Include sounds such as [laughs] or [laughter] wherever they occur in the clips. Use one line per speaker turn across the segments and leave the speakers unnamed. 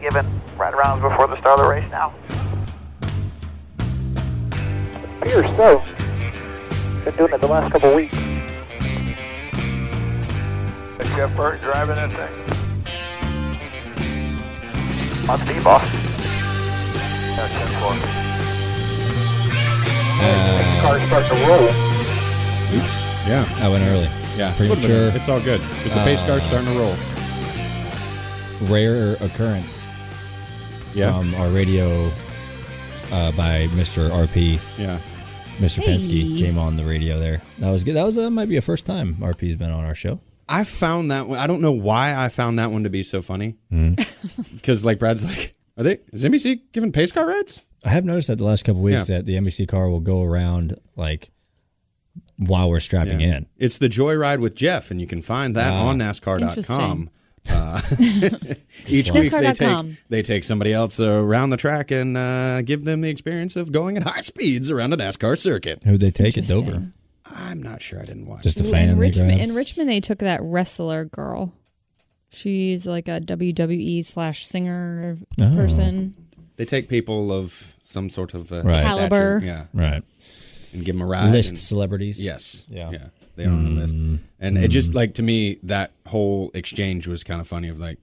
given right around before the start of the race now.
Appears so. Been doing it the last couple weeks.
Is Jeff Burton driving that thing? Must be, boss. That's ten four.
Car starts to roll.
Oops.
Yeah.
I went early.
Yeah.
Premature.
It's all good. Because the pace car's starting to roll.
Rare occurrence
Yeah.
from our radio uh, by Mr. RP.
yeah.
Mr. Penske
Hey.
came on the radio there. That was good. That was that might be a first time RP's been on our show.
I found that one. I don't know why I found that one to be so funny. [laughs]
[laughs]
Because like Brad's like, are they? Is NBC giving pace car rides?
I have noticed that the last couple weeks
Yeah.
that the NBC car will go around like while we're strapping in.
It's the Joyride with Jeff, and you can find that on NASCAR.com.
Interesting.
Uh, each week they
NASCAR.com.
take they take somebody else around the track and uh, give them the experience of going at high speeds around a NASCAR circuit.
Who they take it over?
Interesting.
I'm not sure. I didn't watch.
Just a
Well,
fan in
in
the
Richmond,
grass.
in Richmond, they took that wrestler girl. She's like a WWE slash singer
Oh.
person.
they take people of some sort of uh,
Right.
stature,
Caliber.
yeah,
Right.
and give them a ride.
List
and-
celebrities.
Yes.
Yeah.
Yeah. Hmm. They are on the list. And it just like to me that whole exchange was kind of funny of like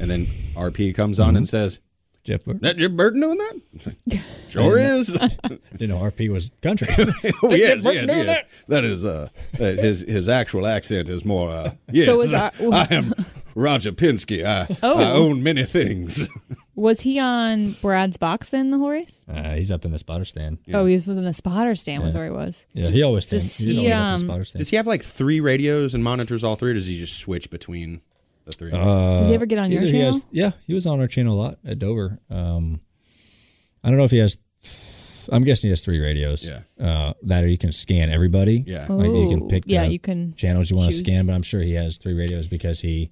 and then RP comes on and says,
Jeff Burton.
That your Burton doing that? It's
[laughs]
like, sure is. [laughs] oh
Didn't know RP was
[laughs]
country.
yes, yes,
Burton doing
yes. That is uh that his his actual accent is more uh yes,
[laughs] So is
I,
our-
[laughs] I am Roger Penske. I, I
Oh.
own many things.
Was he on Brad's box then the whole race?
uh, he's up in the spotter stand.
Oh, he was in the spotter stand. Was where he was.
Yeah, he always
Does
stands. He's
he,
always up in
um,
the spotter stand.
Does he have like three radios and monitors all three or does he just switch between the three?
Does he ever get on
Uh,
your
Either he
channel?
has- yeah, he was on our channel a lot at Dover. Um, I don't know if he has. I'm guessing he has three radios.
Yeah.
Uh, that or you can scan everybody.
Yeah.
Like you can
Oh,
pick.
yeah,
the
you can
channels you want
choose.
to scan, but I'm sure he has three radios because he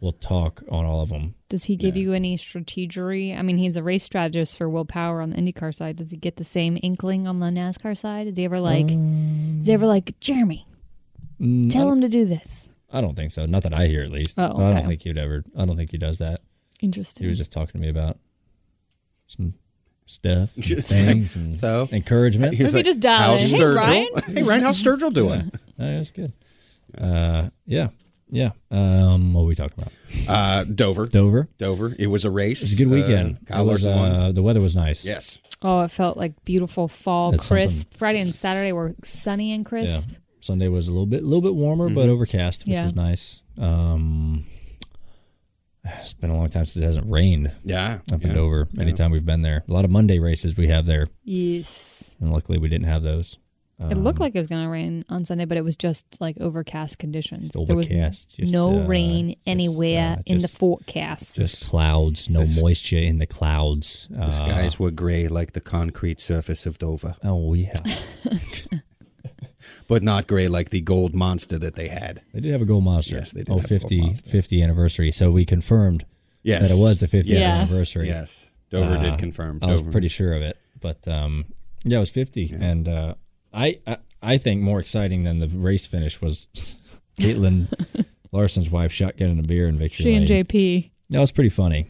will talk on all of them.
Does he give you any strategery? I mean, he's a race strategist for Will Power on the IndyCar side. Does he get the same inkling on the NASCAR side? Is he ever like,
Um,
is he ever like, Jeremy,
mm,
tell him to do this?
I don't think so. Not that I hear, at least.
Oh,
But I don't
okay.
think he'd ever. I don't think he does that.
Interesting.
He was just talking to me about some
[laughs]
stuff, and
Just-
things, and
So?
encouragement.
He was
Maybe
like,
just dial
"How's
in. Hey,
Sturgill?
Ryan."
[laughs] Hey, Ryan, how's Sturgill doing?
[laughs] No, that's good. Uh, yeah, yeah. Um, what were we talking about?
Uh, Dover.
Dover.
Dover. It was a race. It
It's a good weekend.
Kyle
It was,
Larson won.
uh, the weather was nice.
Yes.
oh, it felt like beautiful fall,
That's
crisp. Friday and Saturday were sunny and
Yeah.
crisp.
Sunday was a little bit, little bit warmer, but
Mm-hmm.
overcast, which
Yeah.
was nice. Um, it's been a long time since it hasn't rained
Yeah.
up
yeah.
and over. Anytime we've been there, a lot of Monday races we have there,
Yes.
and luckily we didn't have those.
it
Um,
looked like it was going to rain on Sunday, but it was just like overcast conditions.
Just
there was
overcast, just,
no
uh,
rain
just,
anywhere
uh,
in the
just-
forecast.
Just clouds, no moisture in the clouds.
The
Uh,
skies were gray like the concrete surface of Dover,
oh yeah,
but not gray like the gold monster that they had.
[laughs] they did have a gold monster.
Yes, they did
Oh,
have a gold
50,
monster.
50 anniversary. So we confirmed
Yes.
that it was the 50th
Yes.
anniversary.
Yes. Dover did confirm.
I was
Dover.
pretty sure of it, but um, yeah, it was fifty, and uh, I, I I think more exciting than the race finish was [laughs]
[laughs]
Caitlin Larson's wife shotgunning a beer in victory.
she and
Lane.
JP.
That was pretty funny.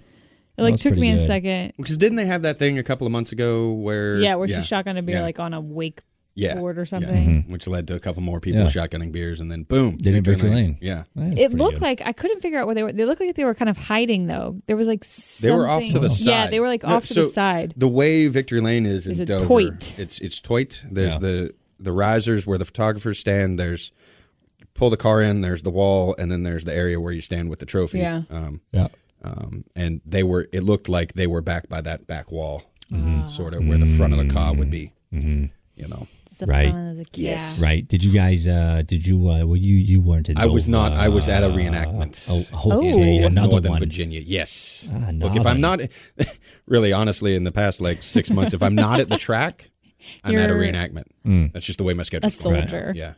It like
was
took
pretty
me a
good.
second
Because didn't they have that thing a couple of months ago where.
Yeah, where she shotgunned a beer
Yeah.
like on a wakeboard
Yeah.
or
Yeah.
something.
Which led to a couple more people
Mm-hmm. Yeah.
shotgunning beers and then boom.
Did it victory lane?
Yeah.
That was
It
pretty
looked
good.
like I couldn't figure out where they were. They looked like they were kind of hiding though. There was like
They were off to the
something-
side.
Yeah, they were like
No,
off to
so
the side.
The way Victory Lane is in
Is it
Dover,
toit?
it's it's toit. There's
Yeah.
the the risers where the photographers stand. There's pull the car in. There's the wall, and then there's the area where you stand with the trophy.
Yeah.
Um,
yeah.
um, and they were. It looked like they were back by that back wall,
Mm-hmm.
sort of where the front of the car would be. You know,
It's the
Right.
front of the- yeah.
Right? Did you guys? uh Did you? Uh, well, you you weren't. in
I was
Dover,
not. I was at a
uh,
reenactment.
Oh, oh,
Oh.
okay,
in
another
Northern
one.
Virginia. Yes.
Ah,
Look, if I'm not [laughs] really honestly in the past like six months, if I'm not at the track, I'm at a
You're-
reenactment. That's just the way my schedule.
A soldier.
Yeah.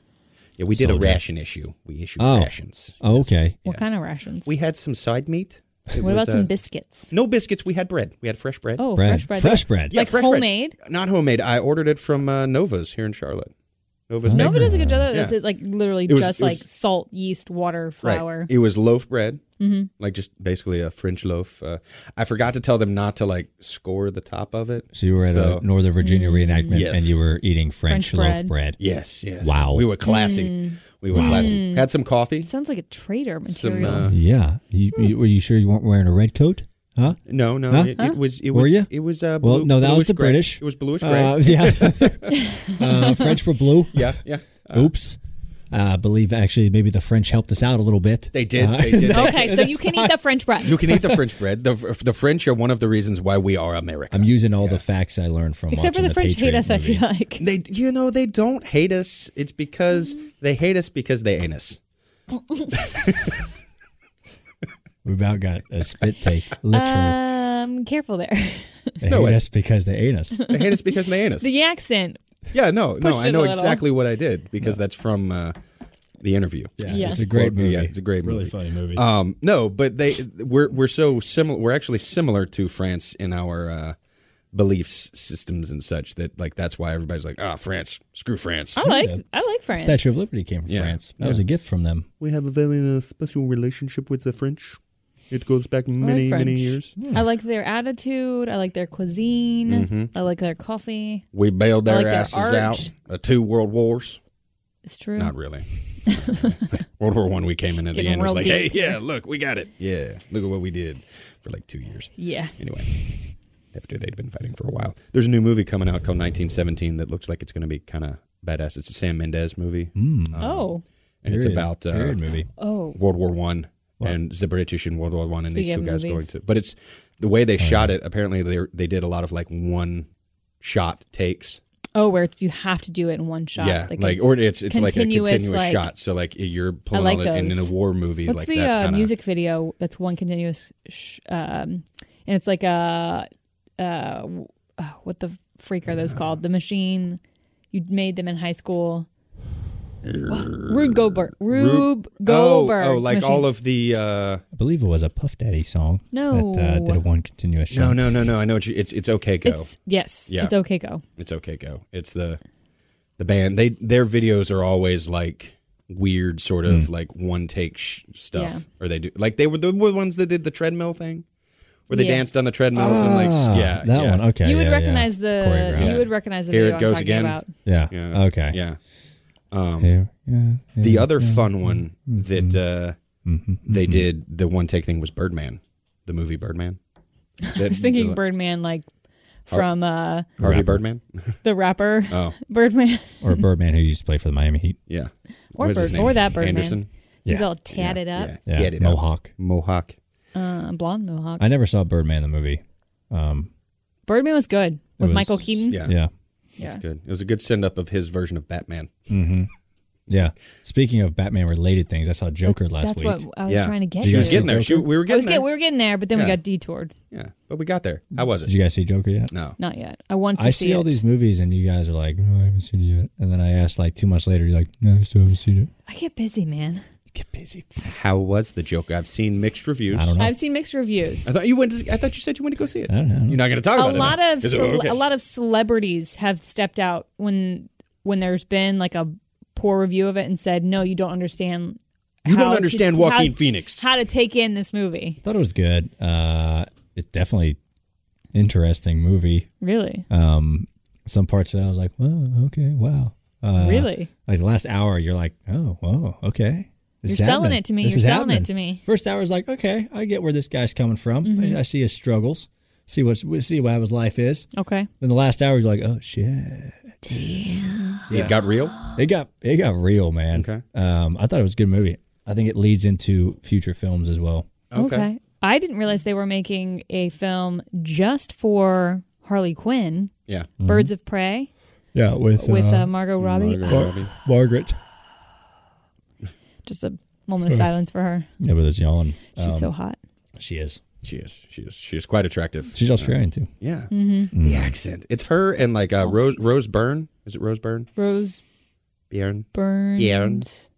Yeah, we did
Mm. Soldier.
a ration issue. We issued
Oh.
rations.
Oh, okay.
What kind of rations?
We had some side meat. It
what
was,
about some
uh,
biscuits?
No biscuits. We had bread. We had fresh bread.
Oh,
Bread.
fresh bread.
Fresh bread.
Like
fresh
homemade.
Bread. Not homemade. I ordered it from uh, Nova's here in Charlotte. Nova's
Nova
bakery.
does a good job. though.
Yeah.
Is it like literally
It was-
just
it was-
like salt, yeast, water, flour?
It was loaf bread, mm-hmm. like just basically a French loaf. Uh, I forgot to tell them not to like score the top of it.
So you were at
So-
a Northern Virginia reenactment
Yes.
and you were eating French,
Mm. French
loaf
bread.
bread.
Yes, yes.
Wow.
We were classy. We were classy. Had some coffee.
Hmm. Sounds like a traitor
Some.
material.
Uh,
Yeah. You, you, were you sure you weren't wearing a red coat? Huh?
no, no.
Huh?
It, it was. It
Were
was.
ya?
It was. Uh,
Well,
blue-
no, that was
bluish
the
gray.
British.
It was bluish gray.
Uh, yeah. uh, French for blue.
[laughs] yeah, yeah. Uh,
Oops. Uh, I believe actually maybe the French helped us out a little bit. Uh,
They did. They did. They-
[laughs] okay, so you can eat the French bread.
uh, You can eat the French bread. The, the French are one of the reasons why we are America.
[laughs] I'm using all the facts I learned from
Except for
watching
the French hate
Patriot
us, I
movie.
feel like.
[laughs] They, you know, they don't hate us. It's because
Mm-hmm.
they hate us because they ain't us.
We about got a spit
[laughs]
take.
Uh,
Literally,
Um, careful there. [laughs]
[laughs]
they
no
hate
way.
us because they ate us.
They hate us because they ain't us.
the accent.
Yeah, no, no,
Pushed it
I
a
know
little.
exactly what I did because that's from uh, the interview.
Yeah.
It's a great
Well,
movie.
yeah, it's a great
really
movie.
funny movie.
Um, no, but they we're we're so similar. We're actually similar to France in our uh, beliefs, systems, and such. That like that's why everybody's like, ah, France, screw France.
I like I like France.
Statue of Liberty came from
Yeah.
France. That was a gift from them.
We have a very uh, special relationship with the French. It goes back
I like
many, many
French.
years.
I like their attitude. I like their cuisine.
Mm-hmm.
I like their coffee.
We bailed
I
their
like their
asses
art.
out. Uh, two world wars.
It's true.
Not
[laughs]
really. world War One. We came in at the
Getting
end. Was
real
like, hey,
deep.
yeah, look, we
[laughs]
got it. Yeah, look at what we did for like two years.
Yeah.
Anyway, after they'd been fighting for a while, there's a new movie coming out called 1917 that looks like it's going to be kind of badass. It's a Sam Mendes movie, Uh,
oh.
and it's
Hmm. Period.
about uh,
Period movie.
Oh.
World War One and the British in World War One, and these
Speaking
two
of
guys going
movies.
to. But it's the way they shot it. Apparently, they they did a lot of like one shot takes.
Oh, where it's, you have to do it in one shot.
yeah, like, or it's it's like a
Ah, continuous,
continuous
like-
shot. So like you're pulling
like
all that, and in a
those.
war movie,
What's
like
the
that's
uh,
kind of
music video that's one continuous sh- um and it's like a uh w- oh, what the freak are
Uh.
those called? The machine you made them in high school. Rube Goldberg. Rube Goldberg.
Er, Oh, oh, like
machine.
all of the. Uh,
I believe it was a Puff Daddy song.
No.
That uh, did a one continuous shot.
no, no, no, no. I know what you, it's it's okay. Go.
It's, yes.
Yeah.
It's okay go.
It's okay, go. It's the the band. They their videos are always like weird, sort
Mm.
of like one take sh- stuff, or they do like they were the were the ones that did the treadmill thing, where they
Yeah.
danced on the treadmills and like s-
Ah,
yeah,
that
yeah.
one. Okay.
you would
yeah, yeah.
recognize the
Choreographed.
you would recognize the
Here it
video I'm
goes
talking
again.
about.
Yeah.
Yeah.
Okay.
Yeah.
Here, yeah, yeah. Mm-hmm.
The other fun one that uh, they did the one take thing was Birdman, the movie Birdman.
[laughs] I was thinking Birdman like
Oh.
from uh
Harvey
Rapper.
Birdman.
the rapper
Oh.
[laughs] Birdman.
Or Birdman, who used to play for the Miami Heat.
Yeah.
Or
What is his
Bird-
name?
or that Birdman.
Anderson.
He's
Yeah.
all tatted up.
Yeah.
Yeah.
He had it up.
Mohawk.
Mohawk.
Uh, blonde mohawk.
I never saw Birdman the movie.
Birdman was good with
was-
Michael Keaton.
Yeah.
Yeah.
Yeah.
Good. It was a good send up of his version of Batman.
Yeah. Speaking of Batman related things, I saw Joker last
That's
week.
what I was
Yeah.
trying to get
Did
to.
you
We were
guys see
getting there.
Joker?
Shoot, we were
I was
getting
get-
there.
we were getting Hmm. there, but then we
Yeah.
got detoured.
yeah, but we got there. How was
Did you
it?
guys see Joker yet?
No.
Not yet. I want to
I
see,
see all
it.
these movies and you guys are like, no, I haven't seen it yet. And then I asked like two months later, you're like, no, I still haven't seen it.
I get busy, man.
Get busy.
How was the Joker? I've seen mixed reviews.
I don't know.
I've seen mixed reviews.
I thought you went. To, I thought you said you went to go see it.
I don't know.
You're not going to talk
A
about
lot
it. now.
of
Is it
cele-
okay?
a lot of celebrities have stepped out when when there's been like a poor review of it and said, "No, you don't understand.
You
how
don't
to-
understand
how-
Joaquin Phoenix.
How to take in this movie?
thought it was good. Uh, it definitely interesting movie.
Really,
Uh, Some parts of it I was like, whoa, okay, wow. Uh,
really.
Like the last hour, you're like, oh, whoa, okay. This
You're
is
selling
happening.
it to me.
This
You're
is
selling it
happening.
to me. Mm-hmm.
First hour is like, okay, I get where this guy's coming from. I, I see his struggles. See what's see how his life is.
Okay.
Then the last hour, you're like, oh shit,
It got
[gasps]
real.
it got it got real, man.
Okay.
Um, I thought it was a good movie. I think it leads into future films as well.
Okay. I didn't realize they were making a film just for Harley Quinn,
Mm-hmm.
Yeah.
Birds of Prey,
Yeah, with
with uh, Margot
Mm,
Robbie.
Margaret.
Just a moment of silence for her.
Yeah, but it's yawn.
She's so hot.
She is.
She is. She is. She is quite attractive.
She's Australian too.
yeah.
Mm-hmm.
The accent. It's her and like uh, Rose Rose Byrne. Is it Rose Byrne?
Rose
Byrne.
Burns.
Byrnes.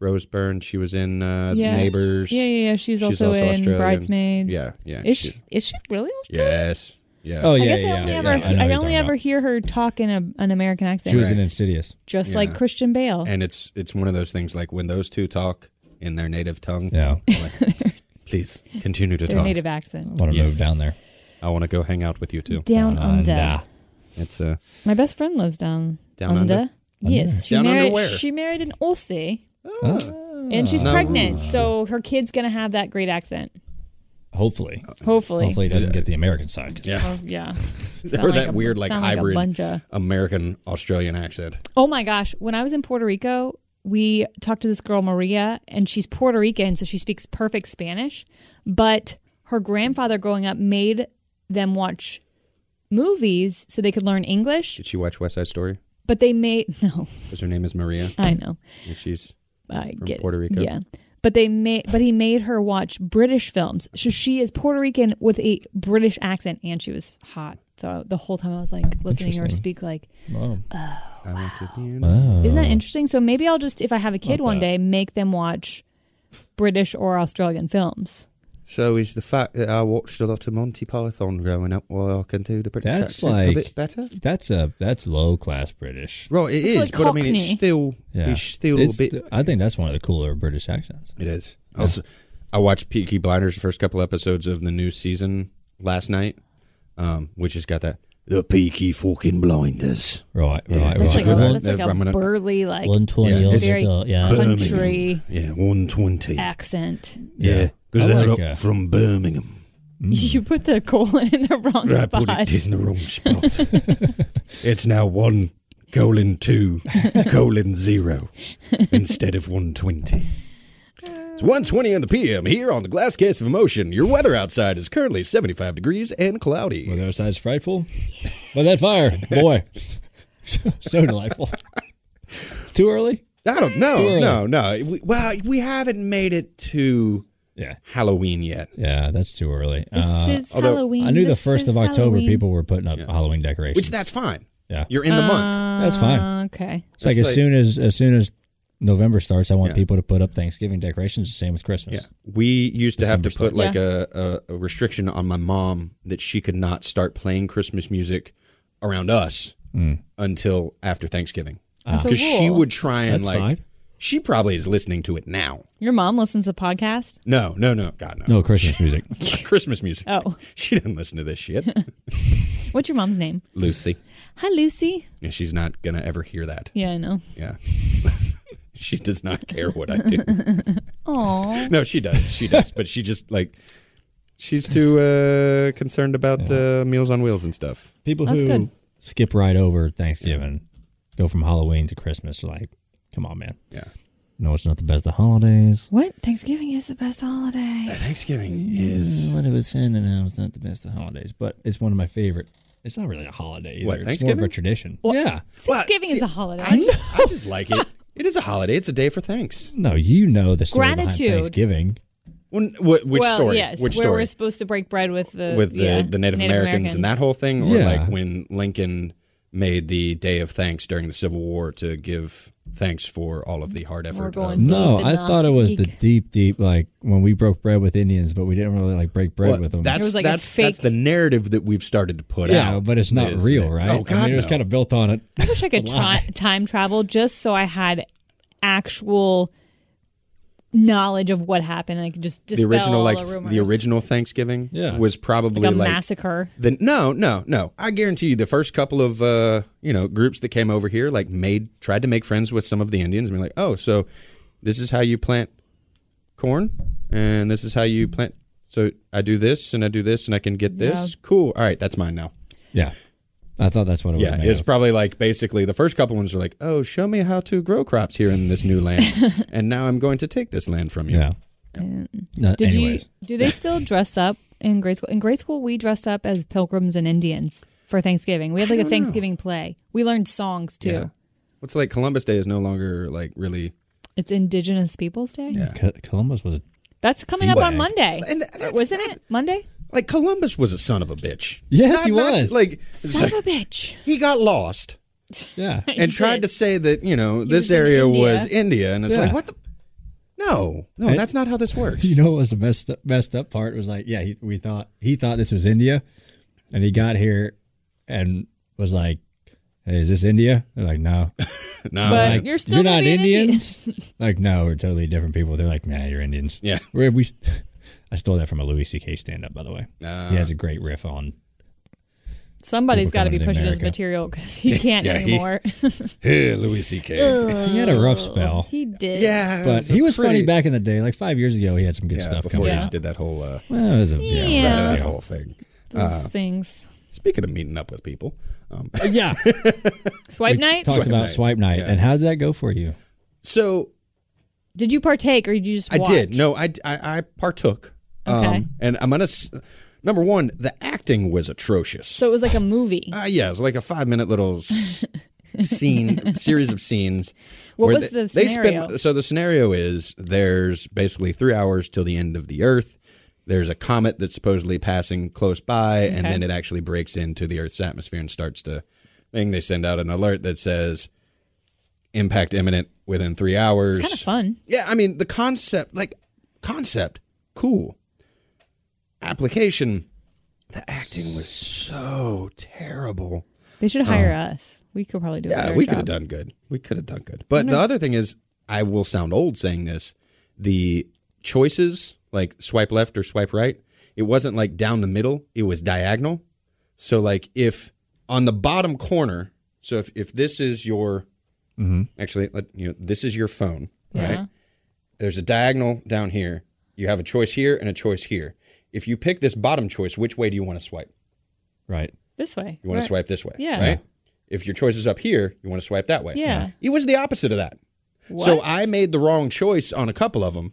Rose Byrne. She was in uh,
Yeah.
Neighbors.
Yeah, yeah, yeah. She's,
She's
also, in
Australian.
Bridesmaid.
Yeah. Yeah.
Is
she-
she, is she really Australian?
Yes. Yeah.
Oh yeah,
I guess
yeah.
I only
yeah, yeah.
ever
know who
I
you're
only
talking
ever
about.
hear her talk in a, an American accent,
She was in Insidious.
just like
Yeah.
Christian Bale.
and it's it's one of those things like when those two talk in their native tongue.
Yeah.
I'm like, please continue to
their
talk.
native accent.
Want to
Yes.
move down there?
I want to go hang out with you too.
Down under.
Under.
[laughs]
It's uh,
My best friend lives down,
Down
under.
under?
Yes, she
Down under
married.
where?
She married an Aussie,
Oh.
and she's
No.
pregnant, so her kid's gonna have that great accent.
Hopefully,
Hopefully,
hopefully it doesn't get the American side.
yeah,
Oh, yeah.
or
Sound like
that
a-
weird like
sound
hybrid
Like a bunch of-
American Australian accent.
oh my gosh! When I was in Puerto Rico, we talked to this girl Maria, and she's Puerto Rican, so she speaks perfect Spanish. But her grandfather growing up made them watch movies so they could learn English.
Did she watch West Side Story?
But they made [laughs] no,
Because her name is Maria.
I know.
And she's
I
From
get
Puerto Rico?
Yeah. But they made but he made her watch British films. So she is Puerto Rican with a British accent and she was hot. So the whole time I was like listening to her
Interesting.
speak like
Oh.
I want to be in-
isn't
Mm.
that interesting? So maybe I'll just if I have a kid
Not
one
that.
day make them watch British or Australian films.
So is the fact that I watched a lot of Monty Python growing up why I can do the British
That's
accent
like
a bit better?
That's a that's low class British.
Right, it is,
like
but I mean it's
Cockney.
still
Yeah,
it's still
It's
a bit
th- I think that's one of the cooler British accents.
It is. Also, I watched Peaky Blinders the first couple episodes of the new season last night, um, which has got that the Peaky fucking blinders.
Right, right, right.
It's
That's
a
like
good
a,
one.
that's like
If I'm
a
gonna-
burly like
One twenty
Yeah,
years
very
ago, yeah.
country
Yeah, one twenty.
accent.
Hmm.
Yeah. I like, uh,
from [laughs] Birmingham.
[laughs] You put the colon in the wrong spot.
the wrong spot. [laughs] it's now one colon [laughs] two colon zero instead of one twenty. It's 1.20 on the PM here on the Glass Case of Emotion. Your weather outside is currently 75 degrees and cloudy.
Well, the other side's
[laughs]
frightful, but that fire, boy, so, so delightful. It's too early.
I don't know.
early.
No, no. We, well, we haven't made it to
Yeah,
Halloween yet.
yeah, that's too early.
This
Uh,
is
although,
Halloween.
I knew the
This
first of
is
October
Halloween.
people were putting up Halloween decorations,
Which that's fine.
yeah,
You're in the month.
Uh, Ah.
that's fine.
Okay.
It's like,
That's
as
like-
soon as as soon as November starts, I want
Yeah.
people to put up Thanksgiving decorations. The same with Christmas.
We used to have to
December
put like a, a, a restriction on my mom that she could not start playing Christmas music around us
Mm.
until after Thanksgiving.
That's a
Because she
rule.
would try and
That's
like,
fine.
she probably is listening to it now.
Your mom listens to podcasts.
No, no, no. God, no.
No Christmas [laughs] music.
[laughs] Christmas music.
Oh.
She didn't listen to this
[laughs]
shit.
What's your mom's name?
Lucy.
Hi, Lucy.
Yeah, she's not going to ever hear that.
Yeah, I know.
Yeah. [laughs] she does not care what I do.
Aw.
No, she does. She does. But she just like she's too uh concerned about uh, meals on wheels and stuff.
People
That's
who
good.
skip right over Thanksgiving, go from Halloween to Christmas. Like, come on, man.
Yeah.
No, it's not the best of holidays.
What? Thanksgiving is the best holiday.
Thanksgiving
Mm.
is
What it was fun and I was not the best of holidays, but it's one of my favorite. It's not really a holiday either.
What,
it's more of a
Thanksgiving?
tradition. yeah.
Thanksgiving is a holiday.
I just, I just like
[laughs]
it. It is a holiday. It's a day for thanks.
No, you know the story
Gratitude.
behind Thanksgiving.
When, wh- which
well,
story?
yes,
which
where
story?
we're supposed to break bread with the
With the,
yeah,
the Native, Americans, and that whole thing, or
Yeah.
like when Lincoln made the Day of Thanks during the Civil War to give thanks for all of the hard effort.
going
of-
No,
Deep
I
enough.
thought it was the
Geek.
deep, deep like when we broke bread with Indians, but we didn't really like break bread
Well,
with them.
It
That's
was like a
that's that's
fake-
the narrative that we've started to put out.
yeah, but it's not
is
real,
that-
right?
Oh God,
I mean, it was
no.
kind of built on it.
I wish I
[laughs]
could
lie.
tri- time travel just so I had actual knowledge of what happened and I could just
the
dispel
original
all
like
the rumors.
the original Thanksgiving
Yeah.
was
like
probably
a
like,
massacre.
the no no no I guarantee you the first couple of uh you know groups that came over here like made tried to make friends with some of the Indians and be like oh so this is how you plant corn and this is how you plant so I do this and I do this and I can get this cool all right that's mine now
Yeah. I thought that's what it was.
yeah
made
it's
of.
probably like basically the first couple ones are like oh show me how to grow crops here in this new land
[laughs]
and now I'm going to take this land from you
Yeah. No,
Did
anyways,
you do
[laughs]
they still dress up in grade school? In grade school, we dressed up as pilgrims and Indians for Thanksgiving. We had like a Thanksgiving play. We learned songs too.
Yeah. What's like Columbus Day is no longer like really
It's Indigenous Peoples Day.
Co- Columbus was a
That's coming up
Well,
on Monday,
and that's-
wasn't
that's-
it? Monday.
like Columbus was a son of a bitch.
Yes, he
Not- not-
was.
like, it's
Son
like,
of a bitch.
he got lost
[laughs]
yeah.
and
He
tried
did.
to say that you know this
was in
area
India.
was India, and it's
Yeah.
like what the. No, no, that's not how
[laughs]
this works.
You know what was the messed up, messed up part? It was like, yeah, he, we thought he thought this was India, and he got here and was like, "Hey, is this India?" They're like,
[laughs]
"No."
No,
But-
Like,
You're still
you're
gonna
not
be an
Indians. [laughs] like, no, we're totally different people. They're like, nah, you're Indians.
Yeah. [laughs]
Where we, [laughs] I stole that from a Louis C.K. stand-up, by the way.
Ah.
he has a great riff on.
Somebody's
People
got to
coming
be
to
pushing his
America.
material
[laughs]
because he can't
Yeah, he-
anymore.
Hey, Louis C.K.
He had a
Oh.
rough spell,
he did.
yeah,
but
it's a
he was
pretty-
funny back in the day. Like five years ago, he had some good
yeah,
stuff
before
coming
he
out.
did that whole uh,
Well, it was a, yeah.
Yeah.
that whole thing.
Those
Uh,
things.
Speaking of meeting up with people, um, [laughs]
yeah.
Swipe night?
Talked
Swipe
about
night.
swipe night,
Yeah.
and how did that go for you?
so
Did you partake or did you just
I
watch?
did. No, I I, I partook. um,
Okay.
and I'm gonna. s- Number one, the acting was atrocious.
So it was like a movie.
Uh, yeah, it's like a five minute little
[laughs]
s- scene, series of scenes.
What
where
was
they-
the
they spend-
scenario?
so the scenario is there's basically three hours till the end of the Earth. There's a comet that's supposedly passing close by, and
Okay.
then it actually breaks into the Earth's atmosphere and starts to thing. They send out an alert that says impact imminent within three hours.
Kind of fun.
Yeah, I mean the concept, like concept, cool. Application, the acting was so terrible.
They should hire us. We could probably do a
Uh-huh. Yeah,
better
we could have
job.
done good. We could have done good. But the other thing is, I will sound old saying this. The choices, like swipe left or swipe right, it wasn't like down the middle. It was diagonal. So like if on the bottom corner, so if if this is your, actually, let, you know, this is your phone,
Yeah.
right? There's a diagonal down here. You have a choice here and a choice here. If you pick this bottom choice, which way do you want to swipe?
Right.
This way.
You want
right.
to swipe this way,
Yeah.
right? If your choice is up here, you want to swipe that way.
Yeah.
It was the opposite of that. So
What?
I made the wrong choice on a couple of them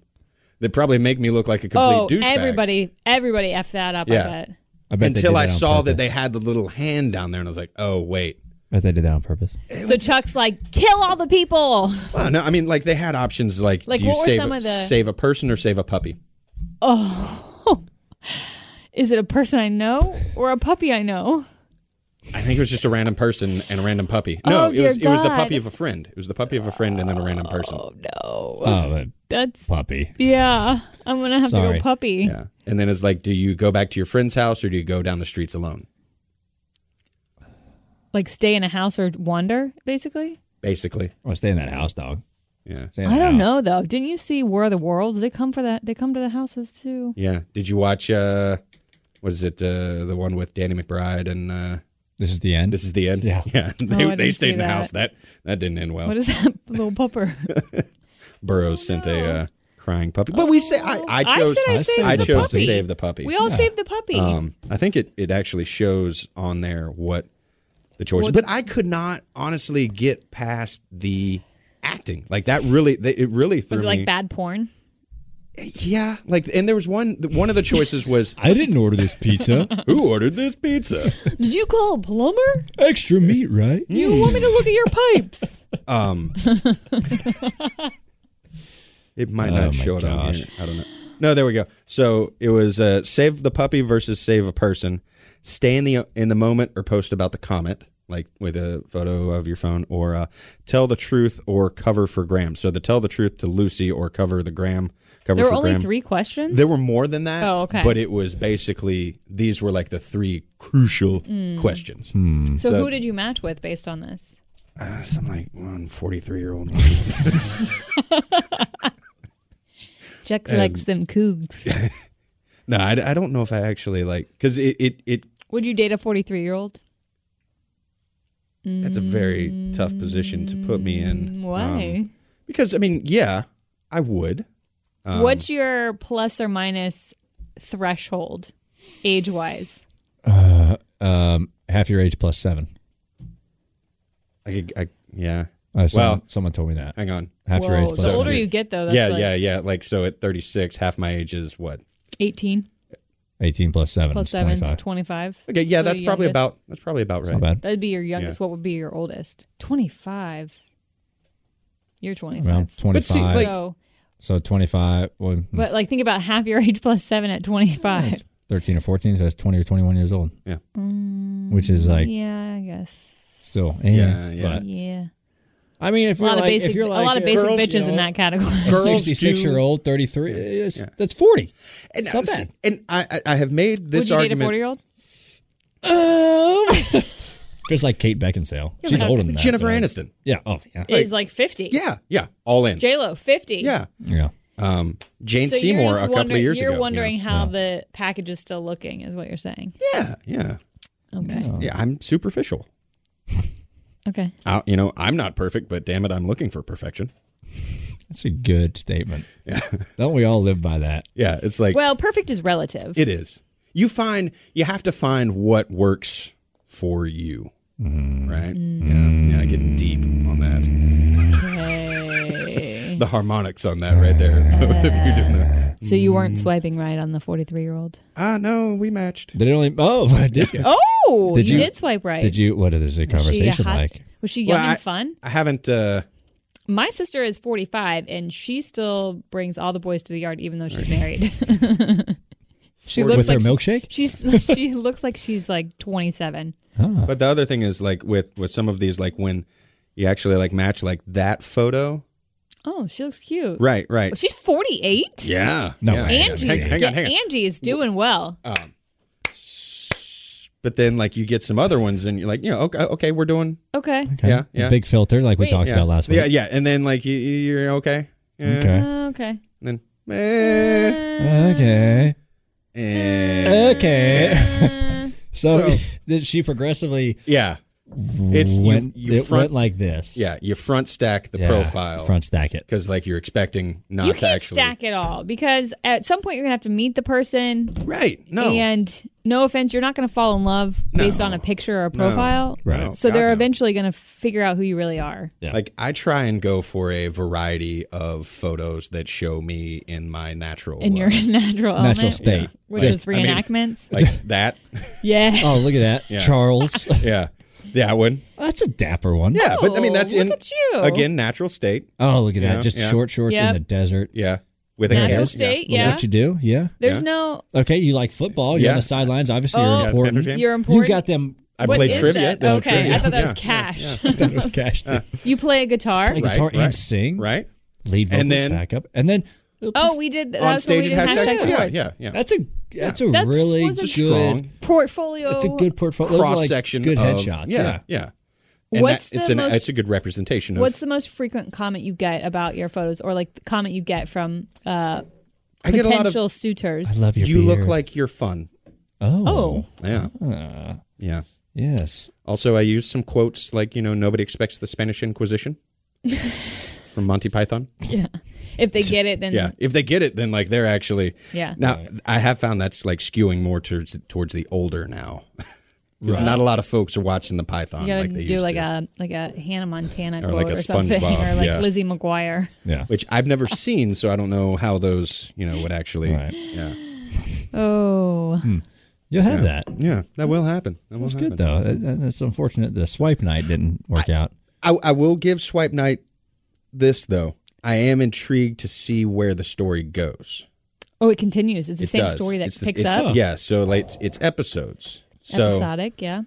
that probably make me look like a complete
Oh,
douchebag.
everybody, everybody F that up,
Yeah.
I bet.
I bet they
Until
did
I
on
saw that they
purpose.
had the little hand down there, and I was like, "Oh wait."
I bet they did that on purpose.
So Chuck's like, kill all the people.
Well, no, I mean, like they had options like,
Like,
do you
what were
save
some
a,
of the-
save a person or save a puppy?
Is it a person I know or a puppy I know?
I think it was just a random person and a random puppy. No,
Oh,
it was
dear
it was the
God.
puppy of a friend. It was the puppy of a friend and then a random person.
No.
Oh, that
That's
puppy.
yeah. I'm gonna have to
Sorry.
go puppy.
Yeah, and then it's like, do you go back to your friend's house or do you go down the streets alone?
Like stay in a house or wander, basically.
Basically,
Oh, stay in that house, dog.
yeah.
Stay in
I
that
don't
house.
know though. Didn't you see War of the Worlds? They come for that. They come to the houses too.
Yeah. Did you watch uh what is it, uh the one with Danny McBride and uh
This is the end.
This is the end?
Yeah.
[laughs] Yeah. They,
Oh, I
they stayed
didn't see
in the
that.
house. That that didn't end well.
What is that [laughs] little pupper?
Burroughs sent a uh, crying puppy. But we say I, I chose
Oh, I said I saved
I
the
chose to
puppy.
save the puppy.
we all saved the puppy.
um I think it, it actually shows on there what the choice but I could not honestly get past the acting. Like that really they, it really threw
was it
me.
like bad porn?
Yeah. Like and there was one one of the choices was
I didn't order
[laughs]
this pizza.
who ordered this pizza?
Did you call a plumber?
Extra meat,
[laughs]
right?
You want me to look at your [laughs] pipes?
Um, it might
Oh
not
my
show it on
gosh.
here. I don't know. No, there we go. So it was uh, save the puppy versus save a person. Stay in the in the moment or post about the comment, like with a photo of your phone, or uh, tell the truth or cover for Graham. So the tell the truth to Lucy or cover the Graham. Cover
There were
for
only
Graham.
three questions.
There were more than that.
Oh, okay.
But it was basically these were like the three crucial
Mm.
questions.
Hmm.
so,
so-
who did you match with based on this?
Uh, some like one forty three year old.
Chuck likes
[laughs]
them cougs.
No, I, I don't know if I actually like because it it, it
Would you date a 43 year old?
that's a very tough position to put me in.
Why?
Um, because I mean, yeah, I would. Um,
What's your plus or minus threshold age wise?
Um, [laughs] half your age plus seven.
I could. I, yeah.
Uh, someone,
Well-
someone told me that.
Hang on.
Half your age
Whoa,
plus
the
seven.
older you get though, that's
yeah,
like
yeah, yeah. Like so, at thirty six, half my age is what?
18
18 plus seven.
plus
is
7 is
25.
25.
Okay, yeah,
So the
that's probably
youngest-
about that's probably about right.
Not bad.
That'd be your youngest. What would be your oldest? 25. You're 25.
Well, 25.
see, like- mm.
so,
so 25, well, hmm,
but like think about half your [laughs] age plus 7 at 25.
13 or 14, so that's 20 or 21 years old.
Yeah.
Mm.
Which is like
yeah, I guess.
still,
Yeah,
yeah,
yeah.
But,
Yeah.
I mean, if
A lot
you're
of
like,
basic
if you're like
a lot of basic
girls,
bitches
you
in
know,
that category. [laughs]
a
Girls
66
do-
year old, 33, it's- that's 40.
And,
It's not
I-
bad.
and I I- I have made
Would
this
you date a
argument.
40 year old?
um, [laughs] feels like Kate Beckinsale. She's older than that.
Jennifer
but I-
Aniston.
Yeah. Oh, yeah.
Like-
is like 50.
Yeah, yeah, all in.
J Lo 50.
yeah,
Yeah.
um, Jane
So you're
Seymour
just
a couple of
wondering-
years
You're
ago.
wondering how the package is still looking, is what you're saying.
Yeah, yeah,
Okay.
yeah. I'm superficial.
Okay.
I, you know, I'm not perfect, but damn it, I'm looking for perfection.
That's a good statement. [laughs] Don't we all live by that?
Yeah, it's like
Well, perfect is relative.
it is. You find you have to find what works for you,
Mm-hmm.
right? Yeah, yeah. Getting deep on that. [laughs] the harmonics on that right there. [laughs] Both of you doing that.
So you
Mm.
weren't swiping right on the 43 year old?
Ah, no, we matched.
Did it only? Oh, [laughs] I did.
Oh,
Did
you,
you-
did swipe right.
Did you? What is the
Was she a
conversation
hot-
like?
Was she young
Well, I-
and fun?
I haven't. uh
My sister is 45 and she still brings all the boys to the yard even though she's married. she looks
With her
like she-
milkshake?
she's [laughs] she looks like she's like 27.
But the other thing is like with with some of these like when you actually like match like that photo.
Oh, she looks cute.
Right, right.
She's 48?
yeah.
No
yeah.
way.
Angie's
Hang on, hang on, hang on.
Angie's doing well.
But then like you get some other ones and you're like, you know, okay, okay, we're doing
Okay.
Okay.
Yeah, yeah.
A big filter, like we
Wait,
talked
yeah.
about last week.
Yeah, yeah. And then like you, you're okay. Yeah.
Okay.
Okay.
And then eh,
Uh,
Okay.
eh.
uh.
Okay. [laughs] so,
So-
did she progressively
[laughs] yeah. It's you,
went?
you
it
front
went like this.
yeah, you front stack the
Yeah,
profile
Front stack it.
cuz like you're expecting not
You
to
can't
actually
stack it all because at some point you're going to have to meet the person
Right. No.
and no offense, you're not going to fall in love based on a picture or a profile.
Right.
So
God,
they're
no.
eventually going to figure out who you really are.
Yeah.
Like I try and go for a variety of photos that show me in my natural
in your [laughs]
uh,
natural
Natural
element,
state.
which
Just-
is
I mean-
reenactments.
like that. [laughs]
yeah,
Oh, look at that, Charles. [laughs]
Yeah. That one.
That's a dapper one.
Yeah, but I mean that's
Oh,
in
look at you.
again natural state.
Oh, look at that.
Yeah,
Just
yeah.
short shorts in
Yep.
the desert.
Yeah. With a
natural
hair.
state.
Look
Yeah,
What you do? Yeah.
there's
yeah.
no.
Okay, you like football. You're
Yeah.
on the sidelines. Obviously,
Oh.
you're
Yeah,
important.
Panthers
You're
you
important.
got them.
[laughs] I
What
play
is
trivia.
that?
That's
okay,
trivia.
I thought that was
Yeah,
cash.
that was cash. too.
[laughs] you play a guitar.
Play
Right,
guitar and
right,
sing.
Right?
[laughs] Lead vocals,
And then-
backup, and then
Oh, we did. That
On
was
stage
what we did
at
hashtag
hashtags.
sports.
Yeah, yeah, yeah.
that's a that's a
That's-
really
was
good.
a
strong
Portfolio.
That's a good portfolio. Those are, like,
cross section
good
of
headshots.
Yeah. Yeah. And
What's
that, it's
the
an
most-
it's a good representation of
What's the most frequent comment you get about your photos, or like the comment you get from uh,
I get a lot
potential
of
suitors?
I love your.
you look
beard.
like you're fun.
oh,
oh,
Yeah.
Ah.
Yeah.
yes.
Also I use some quotes like, you know, nobody expects the Spanish
[laughs]
Inquisition from Monty Python.
if they get it, then
Yeah, if they get it, then like they're actually.
Yeah.
Now I have found that's like skewing more towards towards the older now. [laughs] Because not a lot of folks are watching the Python
You gotta
like they
do
used
like
to.
a like a Hannah Montana
Or
quote
like a
or something,
SpongeBob,
[laughs] or like
yeah.
Lizzie McGuire.
Yeah.
Which I've never seen, so I don't know how those you know would actually.
Right.
Yeah,
Oh,
You'll have that.
yeah, that will happen. That
That's
will
good
happen.
though. That- that- That's unfortunate. The swipe night didn't work out.
I, I will give Swipe Night this though. I am intrigued to see where the story goes.
oh, it continues. It's the
It
same
does.
story that
It's the-
picks
it's-
up.
Yeah, so like it's, it's episodes. So
Episodic, yeah.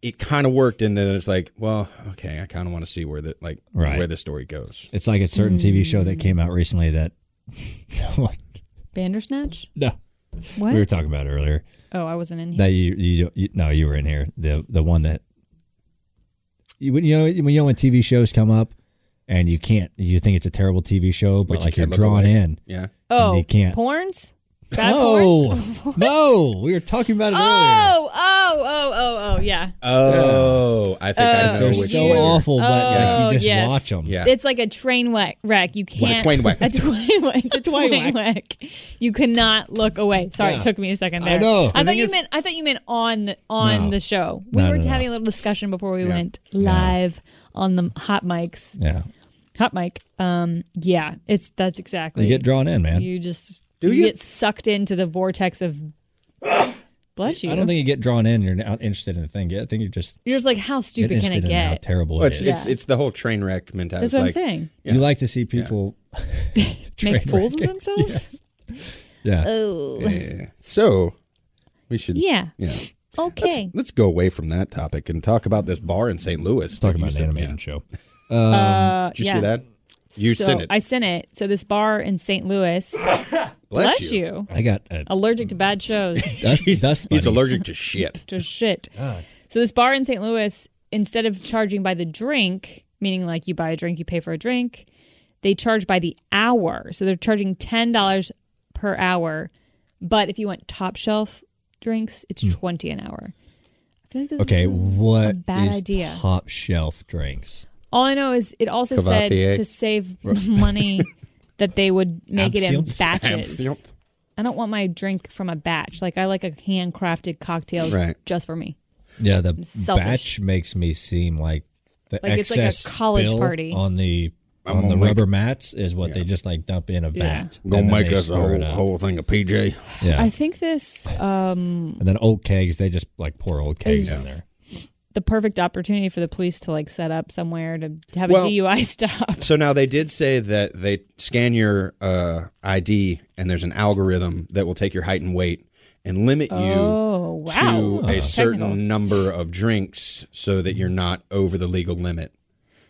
it kind of worked, and then it's like, well, okay, I kind of want to see where the like
Right.
where the story goes.
It's like a certain TV show that came out recently that [laughs] no one-
Bandersnatch.
no.
What?
We were talking about it earlier
oh, I wasn't in here.
that you, you you no you were in here the the one that you when you know when you know when TV shows come up and you can't you think it's a terrible TV show but
But you
like you are
can't look
drawn
away.
in
Yeah.
oh,
they can't.
porns. Bad porns?
no no we were talking about it earlier
Oh, oh, oh, oh, oh, yeah.
Oh, I think
uh,
I know
they're
which
so
one.
awful but like
Oh,
you just
yes.
watch them
Yeah.
It's like a train wreck. Wreck. You can't.
twain whack.
[laughs] A twain whack. It's a twain whack. You cannot look away. Sorry,
Yeah.
it took me a second
I
there.
know.
I
The
thought you meant. I thought you meant on the, on
No.
the show. We
No,
were
no, no.
having a little discussion before we went live on the hot mics.
yeah
Hot mic. Um. Yeah. It's that's exactly.
you get drawn in man
You just.
Do
you,
you?
get sucked into the vortex of. Bless you.
I don't think you get drawn in you're not interested in the thing I think you're just
You're just like, how
get
stupid can I
interested in how
get?
terrible
Well,
it
it's,
is
it's it's the whole train wreck mentality.
That's
It's
what I'm
like, [laughs]
you
saying.
like to see people train
Make fools
[laughs]
of
wrecking.
themselves.
yeah
Oh.
eh. So we should
Yeah.
yeah. Let's,
Okay.
let's go away from that topic and talk about this bar in St. Louis.
talking about
Did
an
you see-
animated show
Uh,
Did you
yeah.
see that? You
so
sent it.
I sent it. So this bar in St. Louis,
Bless,
bless you.
[laughs] I got a
allergic to bad shows,
[laughs]
dust, dust bunnies.
He's allergic to [laughs] shit.
to shit. So this bar in St. Louis, instead of charging by the drink, meaning like you buy a drink, you pay for a drink, they charge by the hour. So they're charging ten dollars per hour, but if you want top shelf drinks, it's twenty an hour. I feel like this
Hmm. Okay,
is
what
a bad
is
idea.
top shelf drinks?
All I know is it also
Cavassier.
said
[laughs]
to save money that they would make it in
Absinthe.
batches. I don't want my drink from a batch. Like I like a handcrafted cocktail
Right.
just for me.
Yeah, the
selfish.
batch makes me seem like the
Like it's like a
excess
college
spill
party.
on the on the rubber mats is what they just like dump in a
Yeah.
vat. and then they stir it up.
thing of PJ.
Yeah,
I think this um
and then old kegs they just like pour old kegs in
Is-
there.
the perfect opportunity for the police to like set up somewhere to have
Well-
a DUI [laughs] stop.
So now they did say that they scan your uh, ID and there's an algorithm that will take your height and weight and limit you
Oh wow.
to a
That's
certain
technical.
number of drinks so that you're not over the legal limit.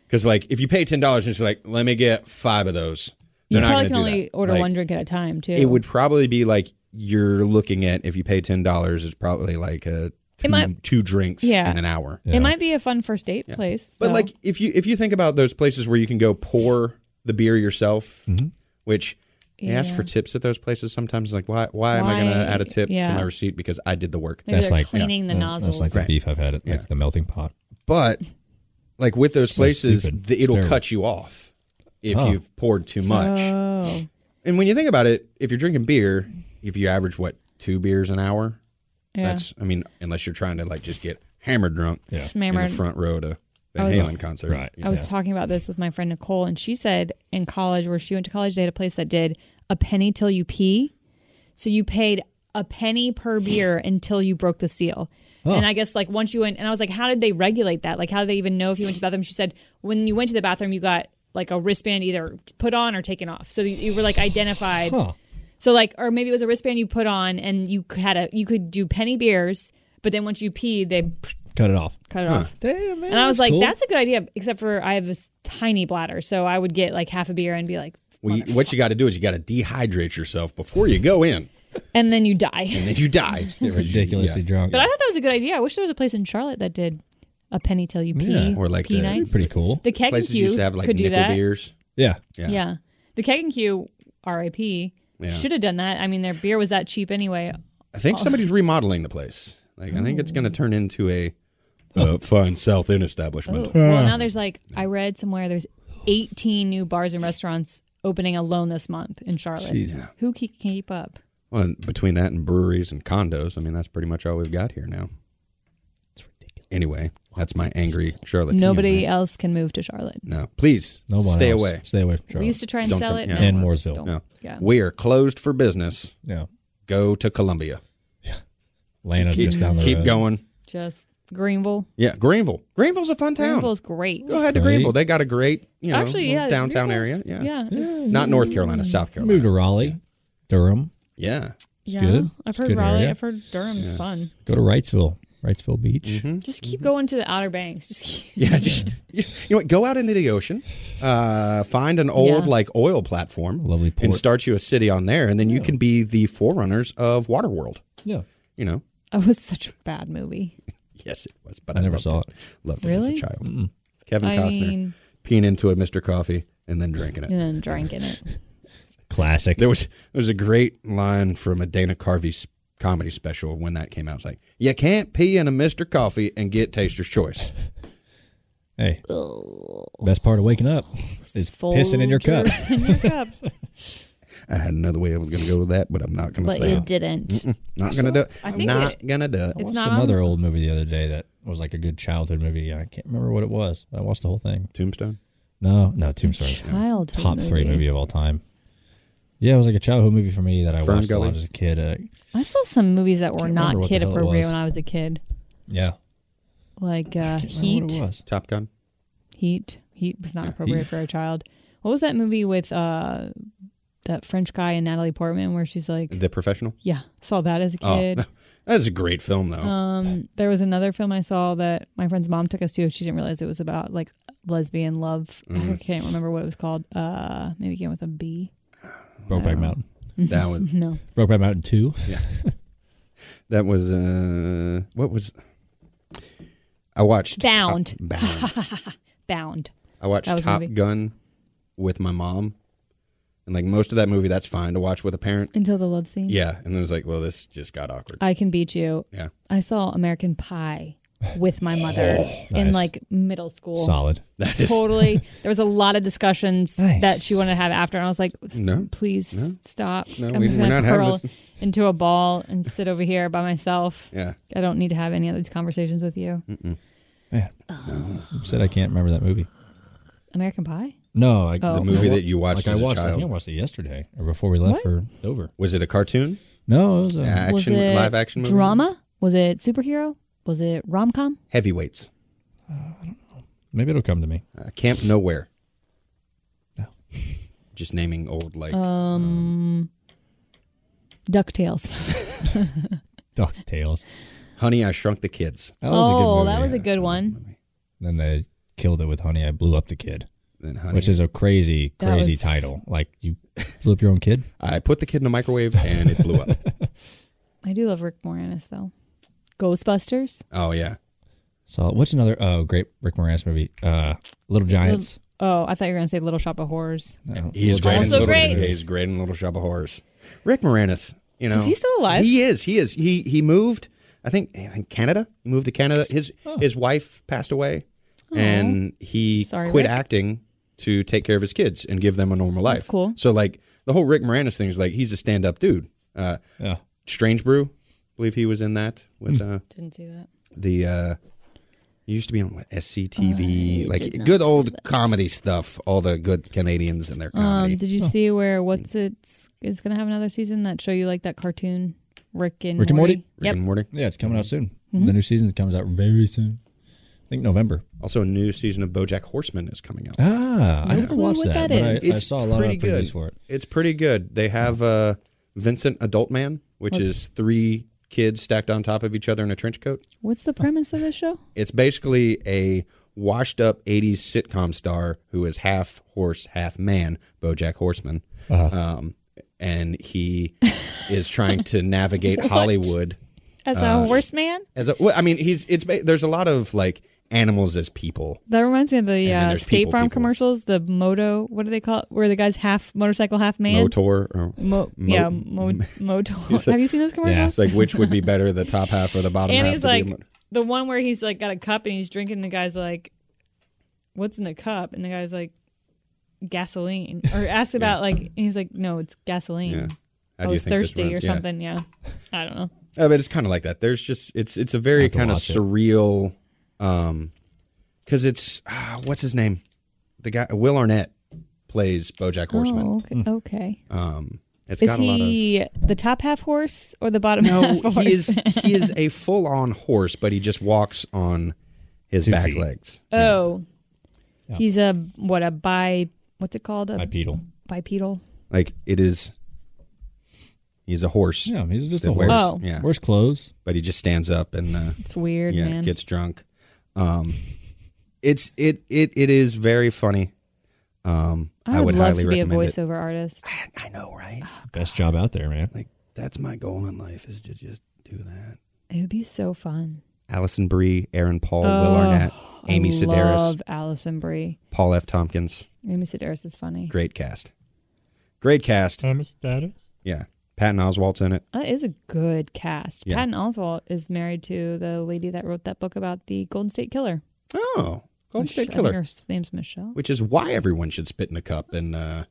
Because like if you pay ten dollars, it's like let me get five of those.
You
They're not
probably
gonna
can
do
only
that.
order
Like,
one drink at a time too.
It would probably be like you're looking at if you pay ten dollars, it's probably like a two,
It might-
two drinks
Yeah.
in an hour.
It might be a fun first date place.
But
though.
like if you if you think about those places where you can go pour the beer yourself, which they ask for tips at those places sometimes like why why, am I going
Why?
to add a tip to
Yeah.
my receipt because I did the work.
Maybe
That's
they're
like-
cleaning the
Uh,
nozzles.
That's like the beef I've had at like the melting pot.
But like with those
So
places,
stupid.
the, it'll
Terrible.
cut you off if
Huh.
you've poured too much.
oh.
And when you think about it, if you're drinking beer, if you average what two beers an hour,
Yeah.
that's I mean, unless you're trying to like just get hammered drunk in the
Smammered.
front row to Van
I was-
Halen concert,
Right.
you
I was talking about this with my friend Nicole, and she said in college, where she went to college, they had a place that did a penny till you pee. So you paid a penny per beer until you broke the seal. And I guess like once you went, and I was like, how did they regulate that? Like, how did they even know if you went to the bathroom? She said, when you went to the bathroom, you got like a wristband either put on or taken off. So you, you were like identified. So like, or maybe it was a wristband you put on, and you had a you could do penny beers, but then once you peed, they
Cut it off.
cut it off.
Damn man.
And I was like, that's a good idea, except for I have this tiny bladder. So I would get like half a beer and be like,
Well, you, what you got to do is you got to dehydrate yourself before you go in,
and then you die. [laughs]
and then you die.
ridiculously drunk.
But I thought that was a good idea. I wish there was a place in Charlotte that did a penny till you pee.
Yeah,
or like
pee
the-
nights.
Pretty cool.
The keg and
Places
Q
used to have like
could do
nickel
that.
beers.
yeah.
Yeah. the keg and Q, RIP, should have done that. I mean, their beer was that cheap anyway.
I think
Oh.
somebody's remodeling the place. Like I think it's going to turn into a Oh. uh, fun South End establishment.
Oh, Well, now there's like I read somewhere there's 18 new bars and restaurants opening alone this month in Charlotte. Who can keep up?
Well, and between that and breweries and condos, I mean that's pretty much all we've got here now.
It's ridiculous.
Anyway, that's my angry Charlotte.
Nobody else can move to Charlotte.
No, please
No one
stay
else.
away.
Stay away from Charlotte.
We used to try and
Don't
sell
come-
it
yeah.
No,
And
we're-
Mooresville.
don't.
No,
Yeah.
we are closed for business.
yeah.
Go to Columbia.
Atlanta
Keep,
just down the
keep
road.
going.
Just Greenville.
Yeah, Greenville. Greenville's a fun town.
Greenville's great.
Go ahead to
Right.
Greenville. They got a great, you know,
Actually, yeah,
downtown area.
Greenville's-
Yeah.
Yeah. it's-
Not North Carolina, South
Move
Carolina.
to Raleigh, Durham.
Yeah.
yeah.
good.
I've
It's
heard
good
Raleigh.
area.
I've heard Durham's fun.
Mm-hmm.
Go to Wrightsville, Wrightsville Beach.
Just keep going to the Outer Banks. Just keep. [laughs]
[laughs] Yeah, just you know what? Go out into the ocean, uh, find an old
Yeah.
like oil platform,
Lovely
and
port.
start you a city on there, and then you can be the forerunners of Waterworld.
Yeah.
You know,
That was such a bad movie.
yes, it was, but I,
I never
loved
saw it.
Loved it
Really?
as a child. Kevin
I
Costner
mean-
peeing into a Mr. Coffee and then drinking it.
And then drank in it.
Classic.
There was there was a great line from a Dana Carvey s- comedy special when that came out. It's like, you can't pee in a Mr. Coffee and get Taster's Choice.
Hey. Best part of waking up is pissing in your cup. [laughs]
Folgers in your cup.
I had another way I was going to go with that, but I'm not going to
But
say
you
it.
didn't.
Not going to do it.
I
I'm
think
not
it-
going to do it.
It's
Watched
not on
another old movie the other day that was like a good childhood movie. I can't remember what it was. but I watched the whole thing.
Tombstone.
No, no, Tombstone. is
Childhood
Top three movie of all time. Yeah, it was like a childhood movie for me that I
Fern
watched a lot
Gully.
as a kid. Uh,
I saw some movies that were
Can't remember
not
what the
kid
hell it
appropriate
was.
when I was a kid,
yeah,
like uh,
Can't remember
Heat.
What it was.
Top Gun.
Heat. Heat was not appropriate for a child. What was that movie with uh, that French guy and Natalie Portman where she's like,
The Professional. [laughs]
yeah, saw that as a
Oh,
kid. Um,
That's a great film, though.
Oh. There was another film I saw that my friend's mom took us to. She didn't realize it was about like lesbian love.
Mm-hmm.
I can't remember what it was called. Uh, maybe it came with a B. [laughs]
Brokeback Mountain.
that was
No,
Brokeback Mountain Two.
that was uh, what was I watched Top-
Bound.
Bound.
Bound.
I watched
[laughs] That was a
Top
movie.
Gun with my mom, and like most of that movie, that's fine to watch with a parent.
Until the love scene.
Yeah, and then it was like, well, this just got awkward.
I can beat you.
Yeah.
I saw American Pie with my mother
Oh,
in
Nice.
like middle school.
Solid.
[laughs] That is
Totally. there was a lot of discussions
Nice.
that she wanted to have after, and I was like,
No,
"Please stop.
No,
I'm
we-
just
we're
gonna
not having
curl
this."
into a ball and sit over here by myself.
yeah. Mm.
I don't need to have any of these conversations with you."
Man, I'm said I can't remember that movie.
American Pie.
No, I,
Oh.
The movie that you watched
like I
as a
watched. I
child
think I watched it yesterday or before we left
What?
for Dover.
was it a cartoon?
No, it was um, a,
Action,
was it
live action movie?
drama? Was it superhero? Was it rom com?
Heavyweights.
maybe it'll come to me.
Uh, Camp Nowhere.
No.
Just naming old like
Uh. Ducktales.
[laughs]
Ducktales.
Honey, I Shrunk the Kids.
That was a good
oh,
movie.
that was a good one.
Then they killed it with Honey. I blew up the kid,
Then Honey,
which is a crazy,
That
crazy
was-
title. Like you blew up your own kid.
I put the kid in the microwave and it blew [laughs] up.
I do love Rick Moranis though. Ghostbusters.
oh yeah,
So what's another? Oh, great Rick Moranis movie. Uh, Little Giants.
Oh, I thought you were gonna say Little Shop of Horrors.
he is great. in
Also
Little,
great.
He's great in Little Shop of Horrors. Rick Moranis. You know,
Is he still alive?
He is. He is. He he moved. I think I think Canada. He moved to Canada. His his wife passed away, and he
Sorry,
quit
Rick.
acting to take care of his kids and give them a normal life.
That's cool.
So like the whole Rick Moranis thing is like he's a stand up dude. Uh,
Yeah.
Strange Brew, believe he was in that with
Hmm.
uh,
Didn't see that.
the uh it used to be on what SCTV, like good old comedy stuff. All the good Canadians and their comedy.
Um, did you see where what's it's is gonna have another season that show you like that cartoon Rick and
Rick and Morty?
Rick and
Yep.
Morty.
Yeah, it's coming out soon.
Mm-hmm.
The new season comes out very soon. I think November.
Also, a new season of BoJack Horseman is coming out.
Ah, I never
clue
watched
what
that,
that
but I,
is.
I saw a lot of previews
good.
for it.
It's pretty good. They have uh, Vincent Adult Man, which is three kids stacked on top of each other in a trench coat.
What's the premise of this show?
It's basically a washed up 80s sitcom star who is half horse, half man, Bojack Horseman. Um, and he is trying to navigate Hollywood.
As a
Uh,
horseman?
As a, well, I mean, he's it's ba- there's a lot of like animals as people.
That reminds me of the
then
uh,
there's
State
people,
Farm
people.
commercials, the moto what do they call it? Where the guy's half motorcycle, half man.
Motor. Or,
Mo- yeah, mo-
[laughs]
motor. Have you seen those
it's
commercials?
like which would be better, the top half or the bottom
[laughs] and
half?
he's
to be a
like
mo-
the one where he's like got a cup and he's drinking. The guy's like, "What's in the cup?" And the guy's like, "Gasoline." Or
[laughs]
asked about like, and he's like, "No, it's gasoline."
Yeah. How
I
do you
was
think this
thirsty or
runs? Yeah.
something. Yeah, I don't know.
Uh, but it's kind of like that. There's just it's it's a very
to
kind of
watch it.
surreal, um, because it's ah, what's his name, the guy Will Arnett plays BoJack Horseman.
Oh,
Hmm.
okay. okay.
Um, it's
Is
got a
he the top half horse or the bottom [laughs] half
lot of. No,
horse?
he is he is a full on horse, but he just walks on his back
feet.
legs.
oh, he's a what a bi. What's it called? A
Bipedal.
bipedal.
Like it is, he's a horse,
Yeah, he's just
That
a horse.
wears-
Oh.
yeah.
Wears clothes.
but he just stands up and uh,
It's weird,
yeah,
man.
gets drunk. Um, it's it it it is very funny. Um,
I would, love
highly
to be a
recommend it.
voiceover artist.
I know, right?
Best job out there, man.
Like that's my goal in life is to just do that.
It would be so fun.
Allison Brie, Aaron Paul, Will Arnett, Amy
Oh, I
Sedaris,
Love Allison Brie.
Paul F. Tompkins.
Amy Sedaris is funny.
Great cast. Great cast.
Thomas status.
Yeah. Patton Oswalt's in it.
That is a good cast.
Yeah.
Patton Oswalt is married to the lady that wrote that book about the Golden State Killer.
Oh, Golden State
Mich- I think
Killer.
Her name's Michelle.
Which is why everyone should spit in a cup and uh,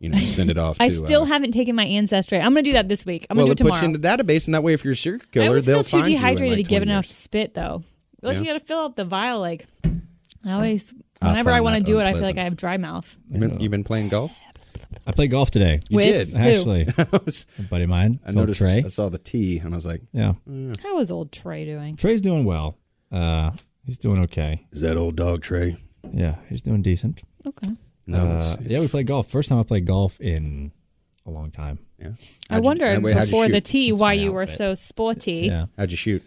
you know send it off.
[laughs] I
to,
still
uh,
haven't taken my ancestry. I'm gonna do that this week. I'm
well,
gonna
it
do it
puts you
tomorrow.
in the database, and that way, if you're a serial
I
killer,
always
they'll
feel too
find you. in,
dehydrated
like,
to give
20
enough
years.
spit though. Like
Yeah.
you gotta fill up the vial. Like I always,
I
whenever I
find
want to
that
do it, I feel
unpleasant.
like I have dry mouth.
You've been, you've been playing golf. [laughs]
I played golf today.
You
With
did.
who?
Actually,
I, was-
a buddy of mine,
[laughs] I
Phil
noticed.
Trey.
I saw the T, and I was like,
Yeah,
How is old Trey doing?
Trey's doing well. Uh, he's doing okay.
"Is that old dog Trey?"
Yeah, he's doing decent.
Okay.
No.
Uh,
it's-
yeah, we played golf. First time I played golf in a long time.
Yeah.
I wondered before the tea why
my
you were
outfit.
so sporty.
Yeah.
How'd you
[sighs]
shoot?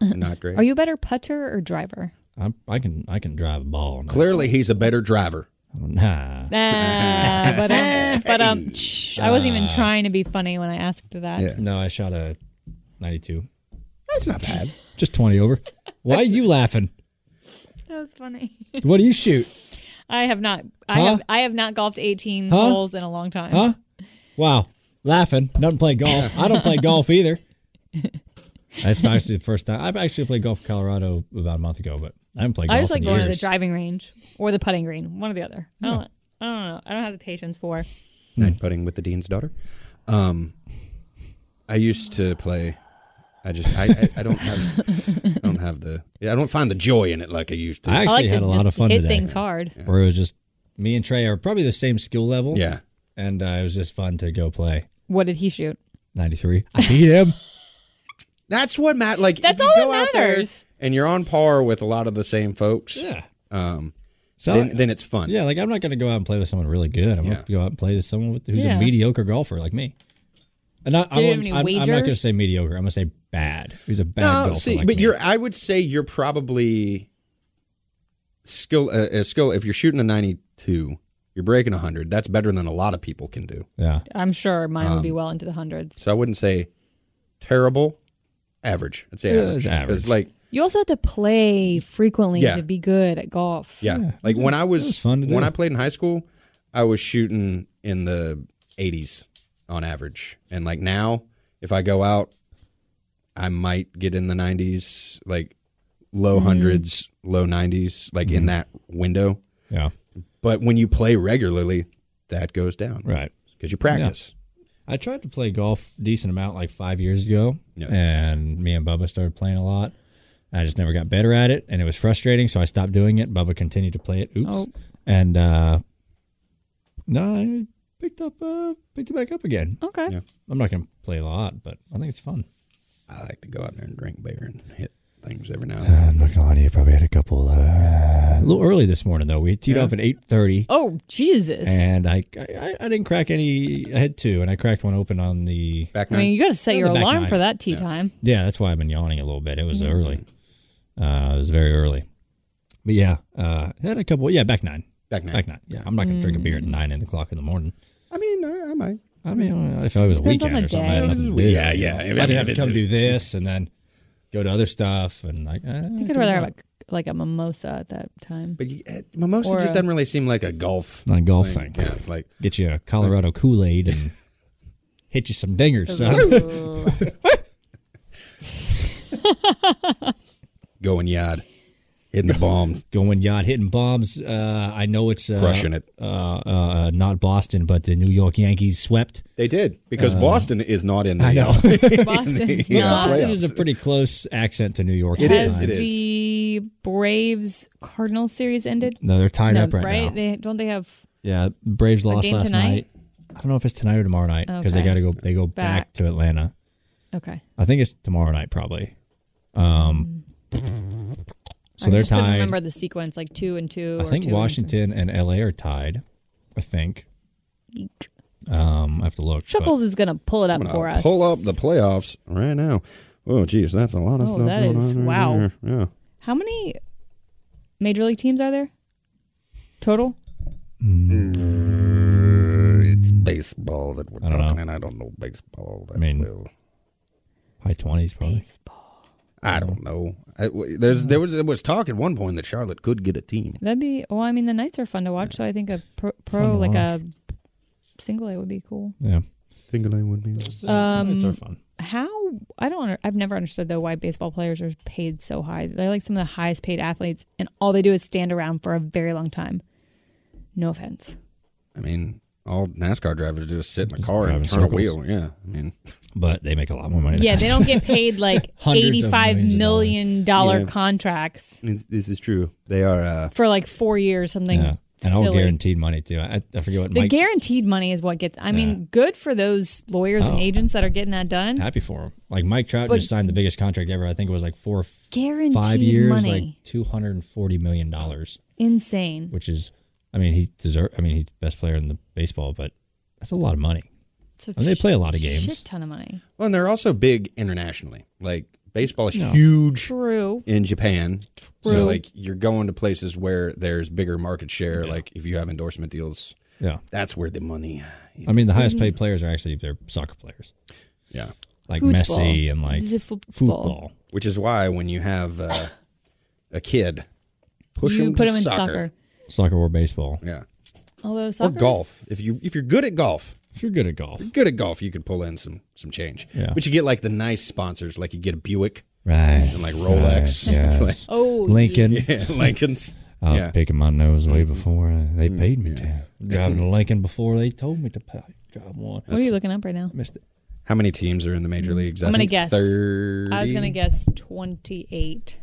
Not great.
Are you a better putter or [laughs] driver?
I, I can I can drive a ball. now.
Clearly, he's a better driver.
Nah.
Ah, but um, [laughs] but um, shh, I wasn't even trying to be funny when I asked that.
Uh, Yeah.
No, I shot a 92.
That's not bad.
Just 20 over. Why are you laughing?
That was funny.
What do you shoot?
I have not. I
Huh?
have. I have not golfed eighteen
Huh?
holes in a long time.
Huh? Wow. Laughing. Doesn't play golf. I don't play golf
[laughs]
either. That's not actually the first time. I've actually played golf in Colorado about a month ago, but I haven't played golf
I just like
in
going to
years.
the driving range or the putting green, one or the other. I don't. I don't know. I don't have the patience for. Hmm.
Night putting with the dean's daughter. Um, I used to play. I just I, I, I don't have I don't have the I don't find the joy in it like I used to.
I
I
actually
like
had
to
a lot
just
of fun
hit
today.
things hard.
Where it was just me and Trey are probably the same skill level.
yeah.
And uh, it was just fun to go play.
What did he shoot?
93. I beat
[laughs]
him.
That's what Matt like.
That's
if you
all
go
that
out there
matters.
And you're on par with a lot of the same folks.
yeah.
Um,
So
then, then it's fun.
Yeah, like I'm not going to go out and play with someone really good. I'm
Yeah.
going to go out and play with someone with, who's
Yeah.
a mediocre golfer like me. And I, I
you have
won't-
any
I'm, I'm not going to
wagers?
say mediocre. I'm going to say bad. Who's a bad
No,
golfer?
see,
like
but
me.
you're. I would say you're probably skill uh, uh, skill. If you're shooting a 92, you're breaking 100. That's better than a lot of people can do.
yeah.
I'm sure mine would
Um,
be well into the hundreds.
So I wouldn't say terrible, average. I'd say
Yeah,
average.
it's average.
'Cause, like
You also have to play frequently
Yeah.
to be good at golf.
yeah, like when I was,
was fun to
when
do.
I played in high school, I was shooting in the 80s on average, and like now, if I go out, I might get in the 90s, like low
Mm-hmm.
hundreds, low 90s, like in that window.
Yeah.
But when you play regularly, that goes down
Right.
because you practice.
I tried to play golf decent amount like five years ago,
Yeah.
and me and Bubba started playing a lot. I just never got better at it, and it was frustrating, so I stopped doing it. Bubba continued to play it. Oops.
Oh.
And uh, no, I picked up, uh, picked it back up again.
Okay.
Yeah.
I'm not going to play a lot, but I think it's fun.
I like to go out there and drink beer and hit things every
[laughs]
now and
Uh,
then.
I'm not gonna lie to you. Probably had a couple. Uh, a little early this morning though. We teed off at eight thirty,
Oh Jesus!
and I, I I didn't crack any. I had two, and I cracked one open on the.
Back
I
nine.
mean, you got to set
On
your
the back
alarm
nine.
for that tea time.
Yeah, that's why I've been yawning a little bit. It was early. Uh, it was very early. But yeah, uh, had a couple. Yeah, back nine.
Back nine.
Back nine. Yeah, I'm not gonna drink a beer at nine in the clock in the morning.
I mean, I, I might.
I mean, uh, if it was a
Depends on
weekend
the
or something, I
day.
had nothing to do.
Yeah,
you
yeah.
know.
I
I
mean,
didn't
if
have to
it's
come
a-
do this and then go to other stuff and like. eh,
I think I'd rather have a, like a mimosa at that time.
But you, uh, mimosa
Or
just
a-
doesn't really seem like a golf.
not a golf thing.
Yeah, it's like
get you a Colorado Kool Aid and hit you some dingers. son.
Ooh.
[laughs]
[laughs]
going yard, hitting the
[laughs]
bombs,
Going yacht, hitting bombs. Uh, I know it's uh,
crushing it.
Uh, uh, not Boston, but the New York Yankees swept.
They did
Uh,
because Boston is not in the. I
[laughs]
know.
Boston's
Yeah.
not.
Boston
playoffs.
is a pretty close accent to New York.
It is,
Has
sometimes.
it is.
the Braves Cardinals series ended?
No, they're tied up right, now.
They, don't they have?
yeah, Braves lost
game
last
tonight?
night. I don't know if it's tonight or tomorrow night because they
Okay.
got to go. They go back.
Back.
to Atlanta.
Okay.
I think it's tomorrow night probably. Um, so
I
they're
just couldn't
tied.
Remember the sequence like two and two.
I
or
think
two and-
Washington and LA are tied. I think.
Eek.
Um, I have to look. but-
Chuckles is gonna pull it up for us.
[laughs] Pull up the playoffs right now. Oh, geez, that's a lot of
Oh,
stuff.
that
going
is-
on right
wow.
there. Yeah.
How many major league teams are there total?
It's baseball that we're
don't
talking,
know.
and I don't know baseball. That
I mean-
well.
High twenties, probably.
I don't know. I, w- there's there was there was talk at one point that Charlotte could get a team.
That'd be. Well, I mean, the Knights are fun to watch. So I think a pro, pro
to
like
watch.
a single A would be cool.
Yeah,
Single A would be.
it's
Um,
our fun.
How I don't. under- I've never understood though why baseball players are paid so high. They're like some of the highest paid athletes, and all they do is stand around for a very long time. No offense.
I mean, all NASCAR drivers do is sit in a
Just
car and
drive in
turn a
circles.
wheel. Yeah, I mean, [laughs]
But they make a lot more money. than
Yeah,
us.
they don't get paid like
[laughs] Hundreds of
eighty-five
millions of
million dollar
Yeah.
contracts
this is true. They are. uh
for like four years, something
Yeah, and all
silly.
guaranteed money too. I, I forget what
the
Mike.
guaranteed money is what gets. I mean, good for those lawyers and
Oh.
agents that are getting that done.
happy for him. Like Mike Trout
But-
just signed the biggest contract ever. I think it was like four, f-
Guaranteed
five years,
money.
like two hundred and forty million dollars,
Insane.
which is, I mean, he deserve. I mean, he's the best player in the baseball, but That's a lot of money.
It's a
And they play a lot of games.
shit ton of money.
Well, and they're also big internationally. Like baseball is huge
True.
in Japan. So like you're going to places where there's bigger market share. Like if you have endorsement deals,
Yeah.
that's where the money. uh,
I mean, the highest paid players are actually they're soccer players,
Yeah.
like
Football.
Messi and like
Is it football?
football.
Which is why when you have uh, a kid, push
You
him
put
to
them in
soccer.
soccer.
soccer or baseball.
Yeah.
Although
Or
soccer
golf. If you if you're good at golf,
If you're good at
[laughs]
golf,
good at golf, you could pull in some some change.
Yeah.
But you get like the nice sponsors, like you get a Buick
right?
and like Rolex.
Right,
[laughs] It's
yes.
like,
Oh,
Lincoln.
yeah, [laughs] Lincolns.
I was
yeah. Mm-hmm.
picking my nose way before uh, they paid me to. Driving to Lincoln before they told me to pay. drive one.
What are you looking up right now?
Missed it.
How many teams are in the major leagues? I
I'm gonna
think
guess.
30,
I was gonna guess twenty-eight.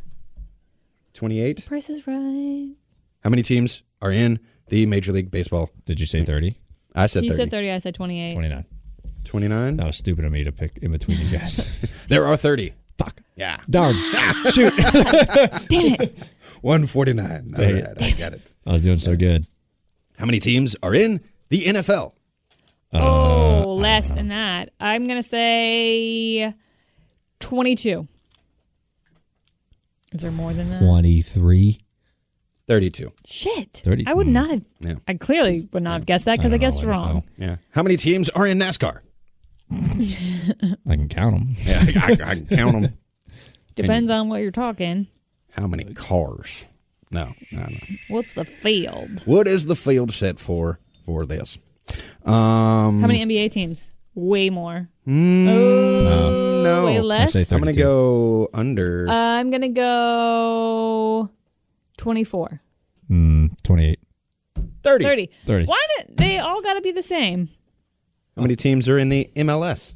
28.
Price is right.
How many teams are in the Major League Baseball?
Did you say 30?
I said
You
30.
said thirty. I said twenty-eight.
29.
29?
That was stupid of me to pick in between
[laughs]
you guys.
There are 30.
Fuck.
Yeah. [laughs]
Darn. Shoot.
149. All
Dang
right, I got it.
I was doing so good.
How many teams are in the NFL?
Uh,
Oh, less than that. I'm gonna say twenty-two. Is there more than that?
23.
32.
Shit.
30.
I would not have.
Yeah.
I clearly would not have guessed that because I,
don't know,
guessed
like,
wrong.
Yeah. How many teams are in NASCAR?
I can count them.
Yeah, I, I can count [laughs] them.
Depends on what you're talking.
How many cars? No, no, no.
What's the field?
What is the field set for for this? Um,
How
Mm.
many NBA teams? Way more.
no.
Way less.
Oh,
Uh,
say
I'm gonna
32.
go under.
I'm gonna go twenty-four.
Mm, 28.
30.
30.
30.
Why not? They all got to be the same.
How many teams are in the MLS?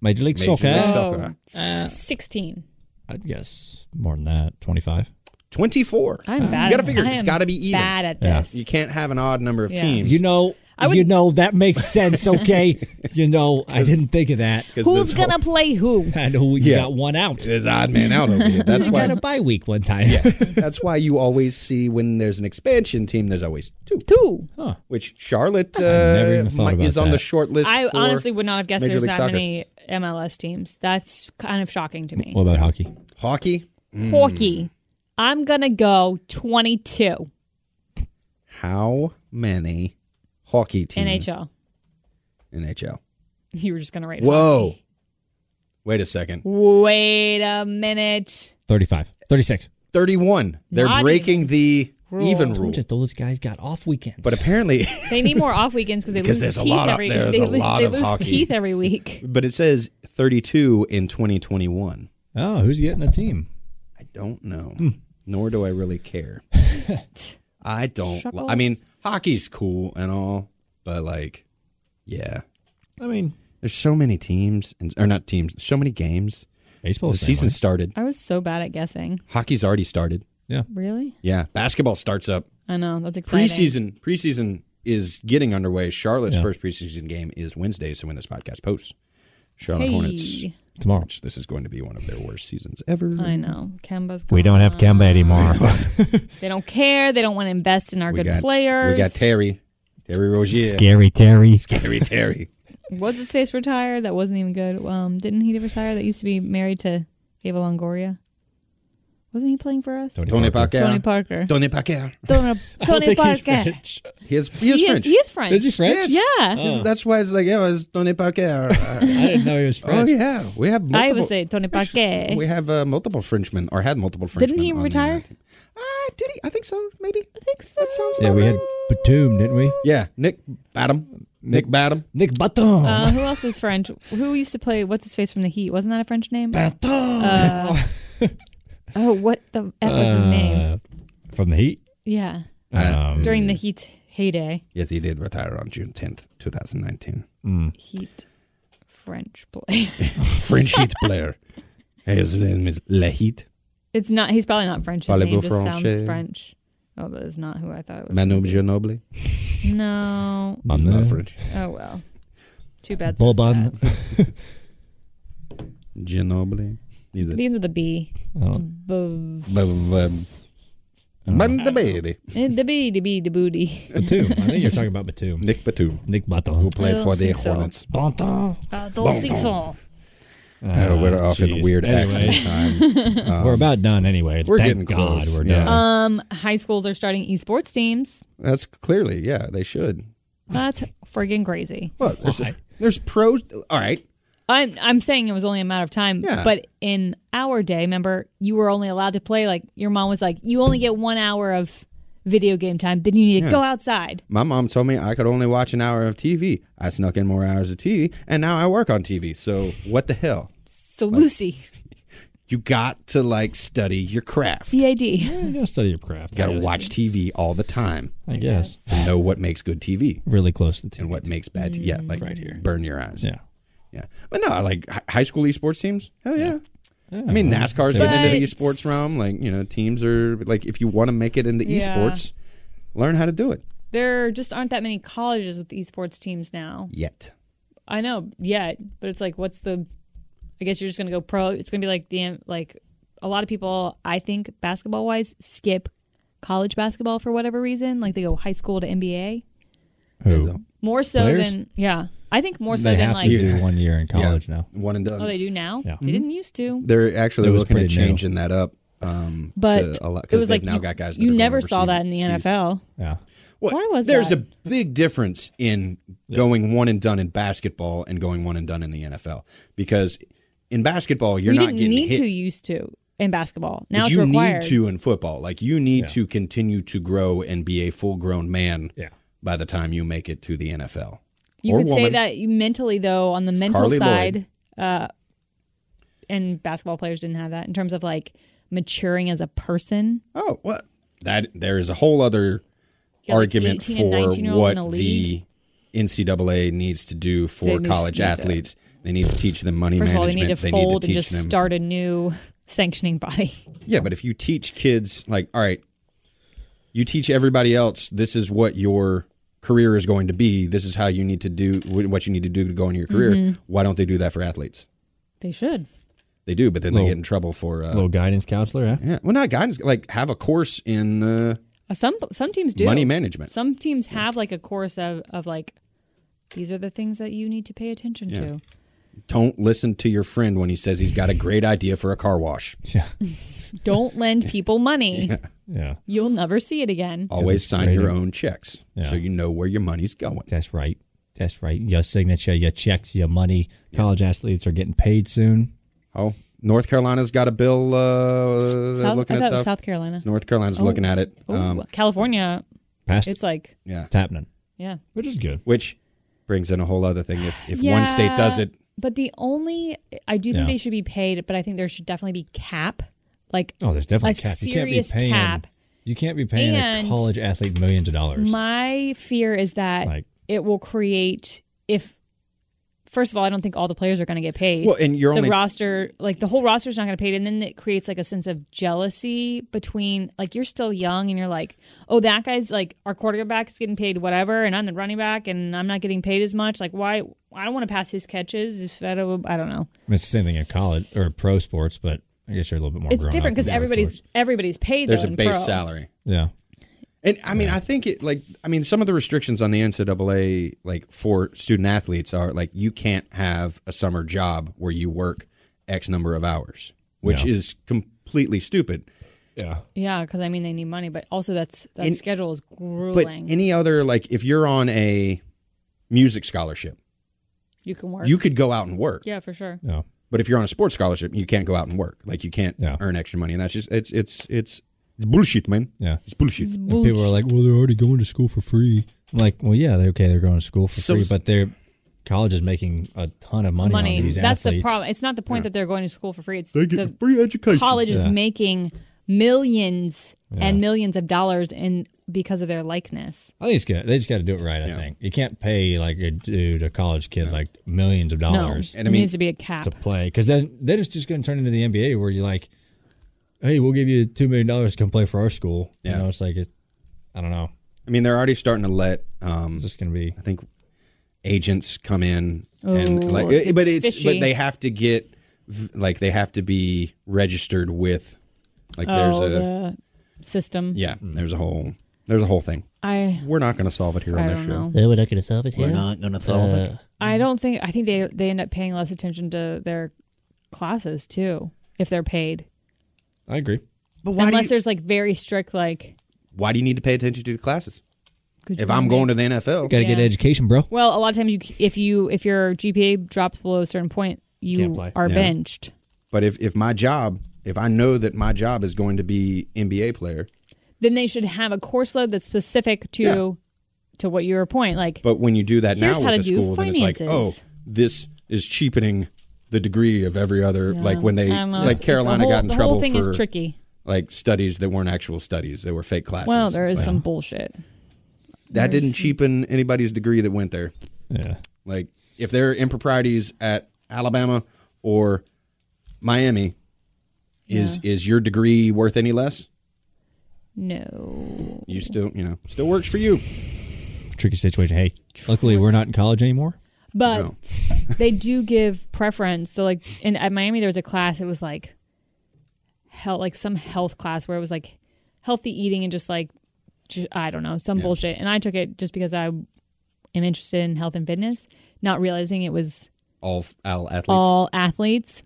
Major League
Major
Soccer.
League Soccer.
Oh,
okay.
Uh,
16.
I'd guess more than that. 25.
24.
I'm
you
bad.
got to figure
I
it's
am
got to be even.
Bad at
uh, Yeah.
this.
You can't have an odd number of
Yeah.
teams.
You know,
I would-
you know that makes sense, okay? you know, I didn't think of that.
'Cause
Who's
this
[laughs]
gonna
whole-
play who?
And who you
Yeah.
got one out.
This odd man out over here. [laughs] That's
You
why.
got a bye week one time.
that's why you always see when there's an expansion team, there's always two. [laughs]
Two.
Which Charlotte uh,
never even thought
might-
about
is on
that.
the short list.
I
for-
honestly would not have guessed
Major
there's
League
that
Soccer.
many MLS teams. That's kind of shocking to me.
[laughs] What about hockey?
hockey.
Hockey. I'm gonna go 22
How many hockey teams?
NHL.
NHL.
[laughs] You were just gonna write.
Whoa. Wait a second.
Wait a minute.
35. 36.
31. They're
Not
breaking the even rule.
Told you those guys got off weekends.
But apparently, [laughs]
They need more off weekends because they
Because
lose
there's a
teeth
lot out
every.
there. There's
they
a
lose,
lot
they
of
lose
hockey.
teeth every week.
but it says 32 in 2021.
oh, who's getting a team?
I don't know.
Hmm.
Nor do I really
[laughs]
care. I don't. Li- I mean, hockey's cool and all, but like, yeah,
I mean,
there's so many teams and or not teams, so many games.
baseball.
The season started.
I was so bad at guessing.
Hockey's already started.
Really?
Yeah, basketball starts up.
I know that's exciting.
Preseason. Preseason is getting underway. Charlotte's first preseason game is Wednesday, so when this podcast posts, Charlotte Hornets.
Hey,
tomorrow.
This is going to be one of their worst seasons ever.
I know. Kemba's.
We
gone.
don't have Kemba
[laughs]
anymore.
They don't care. They don't want to invest in our
we
good
got
players.
We got Terry. Terry Rozier.
Scary Terry.
Terry
[laughs]
Terry.
What's his face retired? That wasn't even good. Um, didn't he retire? That used to be married to Ava Longoria. Wasn't he playing for us? Tony,
Tony Parker.
Parker.
Tony Parker. [laughs]
Tony, Tony Parker.
He is, he is
He is,
French. Oh.
he is French.
Is he French?
Yes.
Yeah.
He's- That's why it's like, yeah, it's Tony
[laughs]
Parker.
I didn't know he was
oh,
French.
yeah. We have multiple.
I would say Tony Parker.
We have uh, multiple Frenchmen, or had multiple Frenchmen.
he
on the,
retire?
uh, team. Ah, did he? I think so, maybe. I
think so.
That sounds
Yeah,
about
we
right.
had Batum, didn't we?
Yeah, Nick Badham. Nick Badham.
Nick Batum.
[laughs]
Uh, who else is French? Who used to play? What's his face from the Heat? Wasn't that a French name?
Batum.
uh, Oh, what the f was his name?
[laughs] From the Heat.
Yeah,
Uh,
during the Heat heyday,
yes, he did retire on June 10th, 2019.
Hmm.
Heat French play.
French Heat player. His name is Le Heat.
it's not. He's probably not French. His name
Parlez-vous
just sounds
français?
French. Oh, that is not who I thought it was.
Manu Ginobili.
No.
He's
uh,
not French.
Oh well. Too bad. so
Boban.
sad.
Ginobili. He's a
Begins with a B.
Oh.
B-
B- b- Banda Bailey.
Eh, The bee, the bee, the booty.
Batum. I think you're talking about Batum.
Nick Batum,
Nick Batum.
who played
don't
for the
Oh, think so.
Hornets.
Batum.
Uh, don't think so.
Oh, we're off in
geez.
weird [laughs]
Anyway.
accent time.
we're about done anyway.
Um, We're
Thank
getting
God
close.
we're
Yeah.
done.
High schools are starting esports teams.
That's clearly, yeah, they should.
That's friggin' crazy.
What? There's, there's pros. All right.
I'm I'm saying it was only a matter of time.
Yeah.
But in our day, remember, you were only allowed to play like your mom was like, you only get one hour of video game time. Then you need to go outside.
My mom told me I could only watch an hour of TV. I snuck in more hours of TV, and now I work on TV. So what the hell?
So [laughs] Lucy,
You got to like study your craft. You
PAD. Um,
you gotta study your craft.
got to
I guess.
watch TV all the time
I guess.
and know what makes good TV
Really close to
and
team.
what makes bad. TV. Yeah, like right here, burn your eyes.
Yeah.
yeah. But no, I like hi- high school esports teams. Hell yeah. I mean, NASCAR's getting into the
But-
esports realm. Like you know, teams are like if you want to make it into
Yeah.
esports, learn how to do it.
There just aren't that many colleges with esports teams now.
Yet.
I know yet, but it's like, what's the? I guess you're just gonna go pro. It's gonna be like damn, like a lot of people. I think basketball wise, skip college basketball for whatever reason. Like they go high school to NBA
Who?
more so
Players?
than yeah. I think more so
They
than
have
like
to do one year in college now.
One and done.
oh they do now.
Yeah. Mm-hmm.
They didn't used to.
They're actually
It was
looking at
pretty new.
changing that up. Um,
But
to a lot,
it
'cause
was
they've
like
now
you,
got guys. That
you
are going
never saw that in the
overseas.
NFL.
Yeah.
What-
Why was
There's
that?
a big difference in going one and done in basketball and going one and done in the NFL because in basketball you're
You
not
didn't
getting
need
hit.
to used to in basketball.
but
Now it's
you
required.
need to in football. Like you need to continue to grow and be a full grown man.
Yeah.
By the time you make it to the NFL,
You
or
could say
woman.
that you mentally, though, on the mental
Carly Lloyd.
side, uh, and basketball players didn't have that in terms of like maturing as a person.
Oh, what that there is a whole other
got, like,
argument
18 and 19
for
year olds in
what
the
the
league.
NCAA needs to do
They
for
just
college
need to-
athletes. They need to teach them money
First of all,
management.
they need to fold and
teach
just
them.
start a new [laughs] sanctioning body.
Yeah, but if you teach kids, like, all right, you teach everybody else. This is what your career is going to be. This is how you need to do what you need to do to go into your career.
Mm-hmm.
Why don't they do that for athletes?
They should.
They do, but then they
Little-
get in trouble for. Uh,
Little guidance counselor, huh?
yeah, well, not guidance. Like, have a course in uh,
Uh, Some some teams do
money management.
Some teams have like a course of of like these are the things that you need to pay attention to.
don't listen to your friend when he says he's got a great idea for a car wash.
Yeah.
[laughs]
Don't lend people money.
Yeah.
You'll never see it again.
Always
it's
sign
great.
your own checks so you know where your money's going.
That's right. That's right. Your signature, your checks, your money. College athletes are getting paid soon.
Oh, North Carolina's got a bill uh,
South, I
looking
thought
at
it was
stuff.
South Oh. Carolina.
North Carolina's looking at it.
Ooh,
Um,
California,
Past
it's like
[laughs]
yeah,
it's happening,
yeah.
which is good.
which brings in a whole other thing. If, if one state does
Yeah,
it,
But the only I do think
Yeah.
they should be paid, but I think there should definitely be cap. Like
Oh, there's definitely a
A
cap. You can't be
serious
paying.
cap.
You can't be paying
And-
a college athlete millions of dollars.
my fear is that
Like-
it will create if first of all, I don't think all the players are going to get paid.
Well, and you're
the
only-
roster, like the whole roster's not going to get paid, and then it creates like a sense of jealousy between like you're still young and you're like, oh, that guy's like our quarterback is getting paid whatever, and I'm the running back and I'm not getting paid as much. Like why? I don't want to pass his catches. If I don't, I don't know.
I mean, it's the same thing in college or pro sports, but I guess you're a little bit more.
It's
grown
different
up in
because
the
everybody's
workforce.
everybody's paid.
there's
though,
a
in
base
pro.
salary.
Yeah.
And I mean, I think it like I mean, some of the restrictions on the NCAA like for student athletes are like you can't have a summer job where you work X number of hours, which
Yeah.
is completely stupid.
Yeah.
Yeah, because I mean they need money, but also that's that
And-
schedule is
But
grueling.
any other like if you're on a music scholarship,
you can work.
you could go out and work.
yeah, for sure.
Yeah.
But if you're on a sports scholarship, you can't go out and work. Like you can't
Yeah.
earn extra money, and that's just it's it's it's it's bullshit, man.
Yeah.
It's bullshit.
And people are like, well, they're already going to school for free. I'm like, well, yeah, they're okay. They're going to school for
So-
free, but their college is making a ton of money,
money.
on these
That's the
athletes.
problem. It's not the point that they're going to school for free. It's
They
the
get free education.
college is
Yeah.
making millions and millions of dollars in because of their likeness.
I think it's good. They just got to do it right. I think you can't pay like a dude, a college kid, like millions of dollars
No,
And I
it
mean-
needs to be a cap.
to play, because then then it's just going to turn into the NBA where you're like, hey, we'll give you two million dollars to come play for our school.
Yeah.
You know, it's like it. I don't know.
I mean, they're already starting to let um,
It's just going to be.
I think agents come in
Oh,
and like,
it's
but it's
fishy.
but they have to get v- like they have to be registered with like there's
oh,
a
the system.
Yeah, there's a whole there's a whole thing.
I
We're not going to solve it here
I
on this
don't know.
show.
We're not going to solve it here.
We're not going to solve
Uh,
it.
I don't think I think they they end up paying less attention to their classes too if they're paid.
I agree.
But why do,
Unless
you,
there's like very strict like
why do you need to pay attention to the classes?
could
If
you
I'm
make-
going to the NFL,
Got to get
Yeah.
education, bro.
Well, a lot of times you c- if you if your GPA drops below a certain point,
Can't
you
play.
are
Yeah.
benched.
but if if my job, if I know that my job is going to be NBA player,
Then they should have a course load that's specific to
Yeah.
to what your point like
But when you do that
Here's
now
how
with
to
the
do
school, then it's like, oh,
finances.
this is cheapening the degree of every other. Like when they,
I don't know,
like
it's- it's a
Carolina
whole-
got in
the
trouble
whole thing
for
is tricky.
like studies that weren't actual studies; they were fake classes.
Well, there
It's
is
like,
some bullshit.
that didn't cheapen anybody's degree that went there.
Yeah.
Like if there are improprieties at Alabama or Miami, is is your degree worth any less?
No.
You still, you know, still works for you.
Tricky situation. Hey, luckily we're not in college anymore.
But
No.
[laughs] they do give preference. So like in at Miami there was a class it was like health like some health class where it was like healthy eating and just like ju- I don't know, some bullshit. And I took it just because I am interested in health and fitness, not realizing it was
All f- all athletes.
all athletes.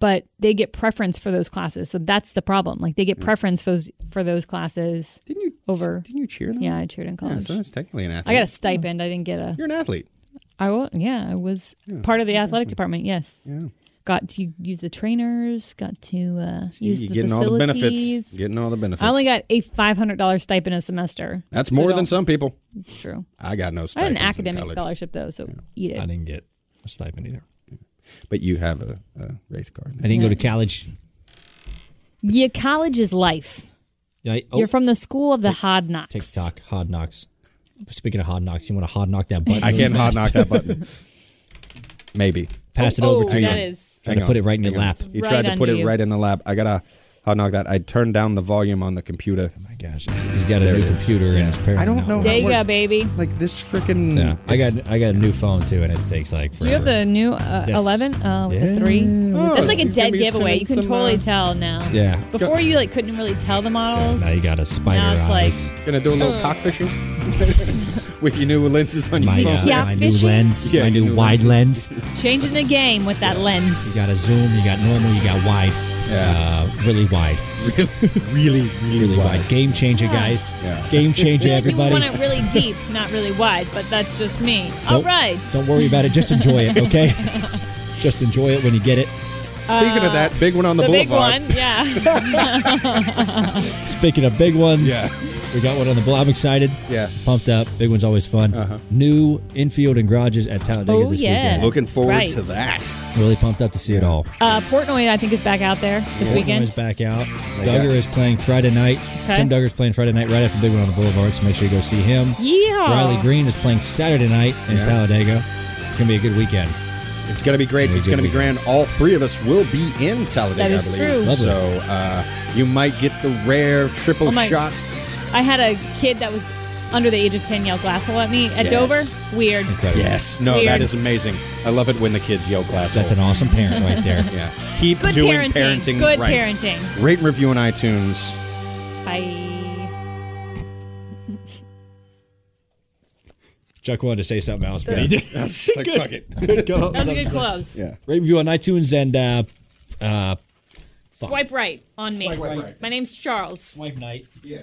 But they get preference for those classes. So that's the problem. Like they get preference for those for those classes
didn't you
over
Didn't you cheer them?
Yeah, I cheered in
Yeah,
college.
so that's technically an athlete.
I got a stipend. I didn't get a
You're an athlete.
I was, yeah, I was part of the athletic department. Yes, got to use the trainers, got to uh, use
you
the
getting all the
facilities.
benefits. Getting all the benefits.
I only got a five hundred dollars stipend a semester.
That's more than
don't-
some people.
It's true.
I got no
I had
stipends
an
in
academic
college.
scholarship though, so eat
I
it.
didn't get a stipend either.
But you have a, a race card.
I didn't go to college.
Your college is life.
I, oh,
You're from the school of the hard knocks.
TikTok hard knocks. Speaking of hard knocks, you want to hard
[laughs]
knock that button?
I
really
can't hot
fast?
knock that
[laughs]
button. Maybe.
Pass it
Oh,
over
oh,
to
that
you.
is-
Trying to
Hang
put
on.
it right in your
Hang on. Oh
lap.
He
Right
tried to put
under
it
you.
right in the lap. I got to hot knock that. I turned down the volume on the computer.
my gosh, he's got a new computer in his parents.
I don't know.
There
That
you go,
works.
baby.
Like this freaking.
Yeah, I
it's-
got I got a new phone too, and it takes like forever.
Do you have the new uh,
Yes.
11 uh, with
Yeah.
the 3?
Oh,
That's like a
he's gonna
dead
be
giveaway.
sending
You can
some,
totally
uh,
tell now.
Yeah.
Before you like couldn't really tell the models.
Now you got a spider
Now it's like-
eyes.
uh, Gonna do a little cock
[laughs]
fishing [laughs] with your new lenses on your
my,
phone.
uh,
Yeah,
my new
fishing.
lens,
Yeah,
my
your
new
new
wide
lenses.
lens.
Changing the game with that lens.
You got a zoom, you got normal, you got wide,
Yeah.
uh, really wide,
[laughs] Really, really,
really
wide.
wide. Game changer, guys.
Yeah.
Game changer,
Like,
everybody.
[laughs] You want it really deep, not really wide, but that's just me. All
Nope.
right.
Don't worry about it. Just enjoy it,
[laughs]
okay? Just enjoy it when you get it.
Speaking of that, big one on the,
the big
boulevard.
one, yeah.
Speaking of big ones,
Yeah.
we got one on the block. I'm excited.
Yeah. Uh-huh.
Pumped up. Big one's always fun. New infield and garages at Talladega
Oh,
this
yeah.
weekend.
Looking
That's
forward
right.
to that.
Really pumped up to see it all.
Uh, Portnoy, I think, is back out there this
is
weekend.
back out.
got-
Duggar is playing Friday night.
Okay.
Tim Duggar's playing Friday night right after Big One on the Boulevard, so make sure you go see him.
Yeah.
Riley Green is playing Saturday night in
Yeah.
Talladega. It's going to be a good weekend.
It's going to be great.
It'll be
It's
good
going to be grand. All three of us will be in Talladega.
That is
I believe.
true.
Lovely.
So uh, you might get the rare triple
Oh my-
shot.
I had a kid that was under the age of 10 yell glasshole at me at
Yes.
Dover. Weird.
Incredible.
Yes. No,
Weird.
that is amazing. I love it when the kids yell glass.
That's an
hole.
awesome parent right
[laughs]
there.
Yeah. Keep
Good
doing
parenting.
parenting.
Good
right.
parenting.
Rate and review on iTunes.
Bye.
Chuck wanted to say something else, but he did. [laughs]
Like, fuck it.
Go.
That was a good close.
Rate review on iTunes and uh, uh,
Swipe right on me. My name's Charles.
Swipe Night.
Yeah.